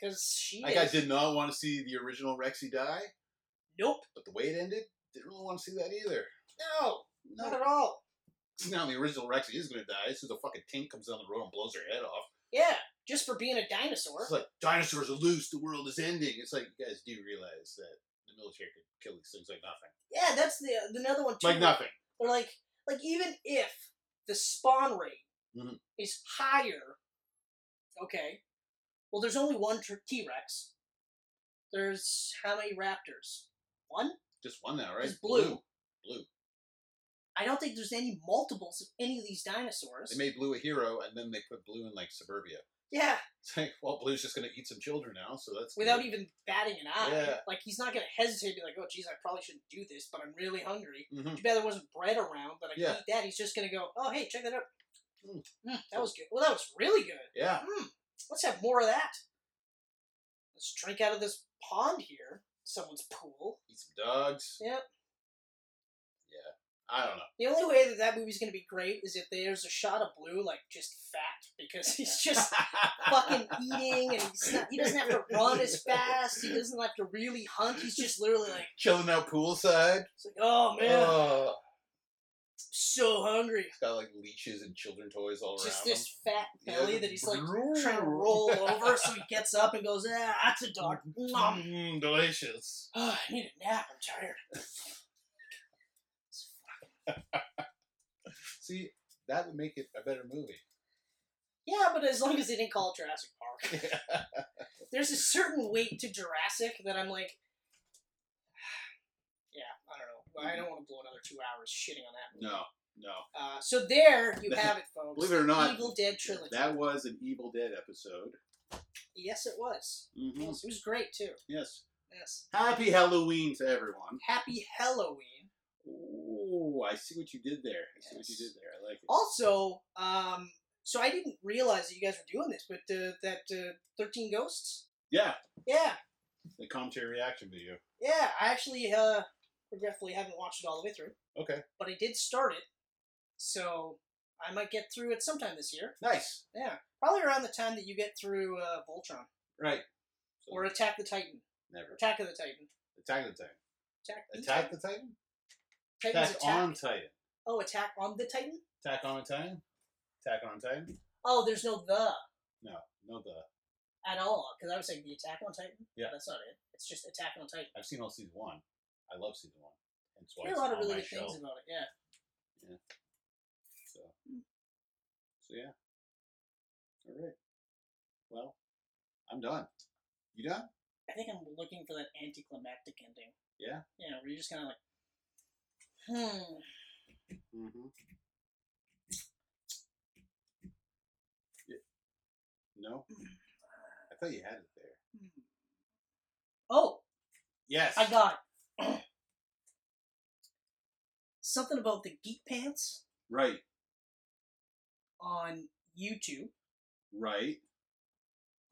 B: Because she
C: Like, I
B: is.
C: did not want to see the original Rexy die,
B: Nope.
C: but the way it ended, didn't really want to see that either.
B: No. Not
C: No.
B: at all.
C: Now the original Rexy is going to die. This is the fucking tank comes down the road and blows her head off.
B: Yeah, just for being a dinosaur.
C: It's like, dinosaurs are loose. The world is ending. It's like, you guys do realize that the military could kill these things like nothing.
B: Yeah, that's the the another one too.
C: Like nothing.
B: They're like like even if the spawn rate
C: Mhm.
B: is higher, okay. Well, there's only one T Rex. There's how many raptors? One.
C: Just one now, right?
B: It's blue.
C: Blue.
B: I don't think there's any multiples of any of these dinosaurs.
C: They made Blue a hero, and then they put Blue in like suburbia.
B: yeah,
C: It's like, well, Blue's just gonna eat some children now, so that's good.
B: without e even batting an eye.
C: Yeah.
B: Like he's not gonna hesitate, be like, "Oh, geez, I probably shouldn't do this, but I'm really hungry."
C: Mhm.
B: Too bad there wasn't bread around, but I can
C: Yeah.
B: eat that. He's just gonna go, oh hey, check that out.
C: Mm.
B: Mm, that was good. Well, that was really good.
C: Yeah,
B: Mm, let's have more of that. Let's drink out of this pond here, someone's pool.
C: eat some dogs.
B: Yep.
C: I don't know.
B: The only way that that movie's gonna be great is if there's a shot of Blue like just fat because he's just fucking eating and he's not, he doesn't have to run as fast. He doesn't have to really hunt. He's just literally like,
C: Chilling out poolside.
B: it's like oh man,
C: Oh,
B: so hungry.
C: it's got like leashes and children toys all
B: Just
C: around.
B: this fat
C: him.
B: belly
C: Yeah.
B: that he's like trying to roll over, so he gets up and goes, ah, that's a dog. Nom.
C: Mm, delicious.
B: Oh, I need a nap. I'm tired.
C: See, that would make it a better movie.
B: Yeah, but as long as they didn't call it Jurassic Park. There's a certain weight to Jurassic that I'm like, yeah, I don't know. I don't want to blow another two hours shitting on that.
C: Mm-hmm. No, no.
B: Uh, so there you have it, folks.
C: Believe it or not,
B: Evil Dead trilogy.
C: That was an Evil Dead episode.
B: Yes, it was.
C: Mhm.
B: Yes, it was great too.
C: Yes.
B: Yes.
C: Happy Halloween to everyone.
B: Happy Halloween.
C: Oh, I see what you did there. I see what you
B: Yes.
C: did there. I like it.
B: Also, um, so I didn't realize that you guys were doing this, but uh, that uh, Thirteen Ghosts.
C: yeah,
B: Yeah,
C: the commentary reaction video.
B: yeah. I actually uh, regretfully haven't watched it all the way through,
C: Okay,
B: but I did start it, so I might get through it sometime this year.
C: nice.
B: Yeah, probably around the time that you get through uh, Voltron
C: Right. So,
B: or Attack the Titan, or
C: never
B: Attack of the Titan,
C: attack the Titan.
B: Attack the
C: Attack
B: Titan.
C: the Titan.
B: Titan's
C: Attack
B: attack.
C: on Titan.
B: Oh, Attack on the Titan.
C: Attack on Titan. Attack on Titan.
B: Oh, there's no the
C: No, no, the
B: at all because I was saying the Attack on Titan.
C: Yeah.
B: that's not it. It's just Attack on Titan.
C: I've seen all season one. I love season one. That's why
B: Hear
C: it's
B: a lot of
C: on
B: really
C: my
B: good
C: shelf.
B: things about it. Hmm. Yeah.
C: So, so yeah. All right. Well, I'm done. You done?
B: I think I'm looking for that anticlimactic ending.
C: Yeah.
B: You know, where you're just kind of like, hmm.
C: Mm-hmm. No, I thought you had it there.
B: hmm. Oh,
C: Yes.
B: I got it. Something about the geek pants
C: right.
B: on YouTube,
C: Right.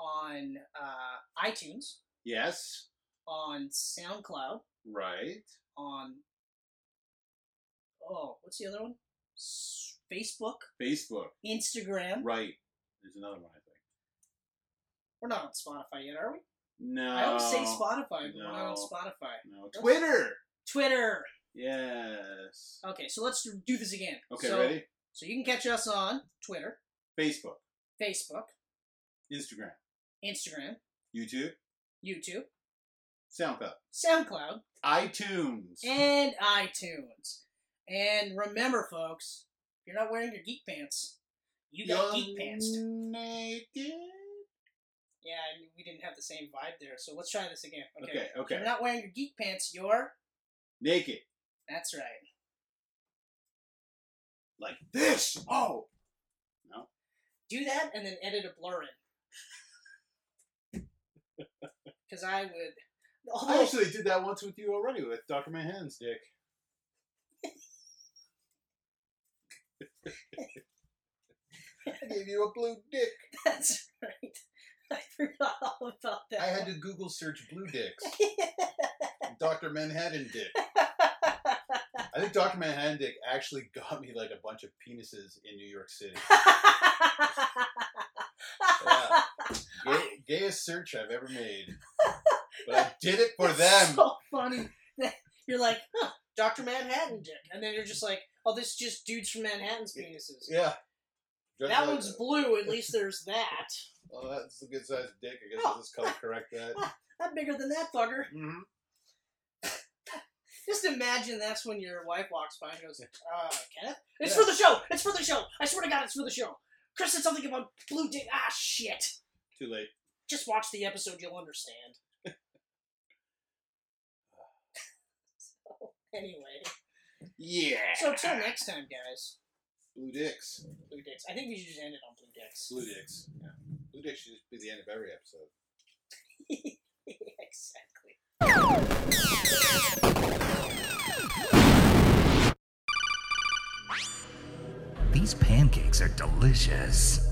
B: on uh, iTunes,
C: Yes.
B: on SoundCloud,
C: Right.
B: on oh, what's the other one? S- Facebook,
C: Facebook.
B: Instagram.
C: Right. There's another one. I think.
B: We're not on Spotify yet, are we?
C: No.
B: I always say Spotify, but we're not on
C: No.
B: Spotify.
C: No. Twitter.
B: Twitter.
C: Yes.
B: Okay, so let's do this again.
C: Okay.
B: so,
C: ready?
B: So you can catch us on Twitter,
C: Facebook,
B: Facebook,
C: Instagram,
B: Instagram,
C: YouTube,
B: YouTube,
C: SoundCloud,
B: SoundCloud,
C: iTunes.
B: and iTunes. And remember, folks, if you're not wearing your geek pants, you got geek pants.
C: Naked.
B: Yeah, I mean, we didn't have the same vibe there, so let's try this again. Okay.
C: Okay.
B: If you're
C: Okay.
B: not wearing your geek pants, you're.
C: Naked.
B: That's right.
C: Like this. Oh.
B: Do that and then edit a blur in. Because I would.
C: I
B: Although,
C: actually did that once with you already with Dr. Manhattan's dick. I gave you a blue dick.
B: that's right. I forgot all about that.
C: I
B: one.
C: had to Google search blue dicks. Dr. Manhattan dick. I think Dr. Manhattan dick actually got me like a bunch of penises in New York City. Yeah. Gay, gayest search I've ever made. But I did it for
B: That's
C: them.
B: So funny. You're like, huh, Doctor Manhattan dick, and then you're just like, oh, this is just dudes from Manhattan's penises.
C: yeah. Just
B: That
C: like
B: one's blue. At least there's that.
C: Oh, that's a good sized dick. I guess
B: Oh.
C: I'll just color correct that.
B: I'm bigger than that fucker.
C: Mm-hmm.
B: Just imagine that's when your wife walks by and goes, uh, Kenneth? It's
C: Yeah.
B: for the show! It's for the show! I swear to God, it's for the show! Chris said something about blue dick. Ah, shit!
C: Too late.
B: Just watch the episode, you'll understand. so, anyway.
C: Yeah.
B: So, till next time, guys.
C: Blue dicks.
B: Blue dicks. I think we should just end it on blue dicks.
C: Blue dicks. Yeah. Blue dicks should just be the end of every episode.
B: exactly.
A: These pancakes are delicious.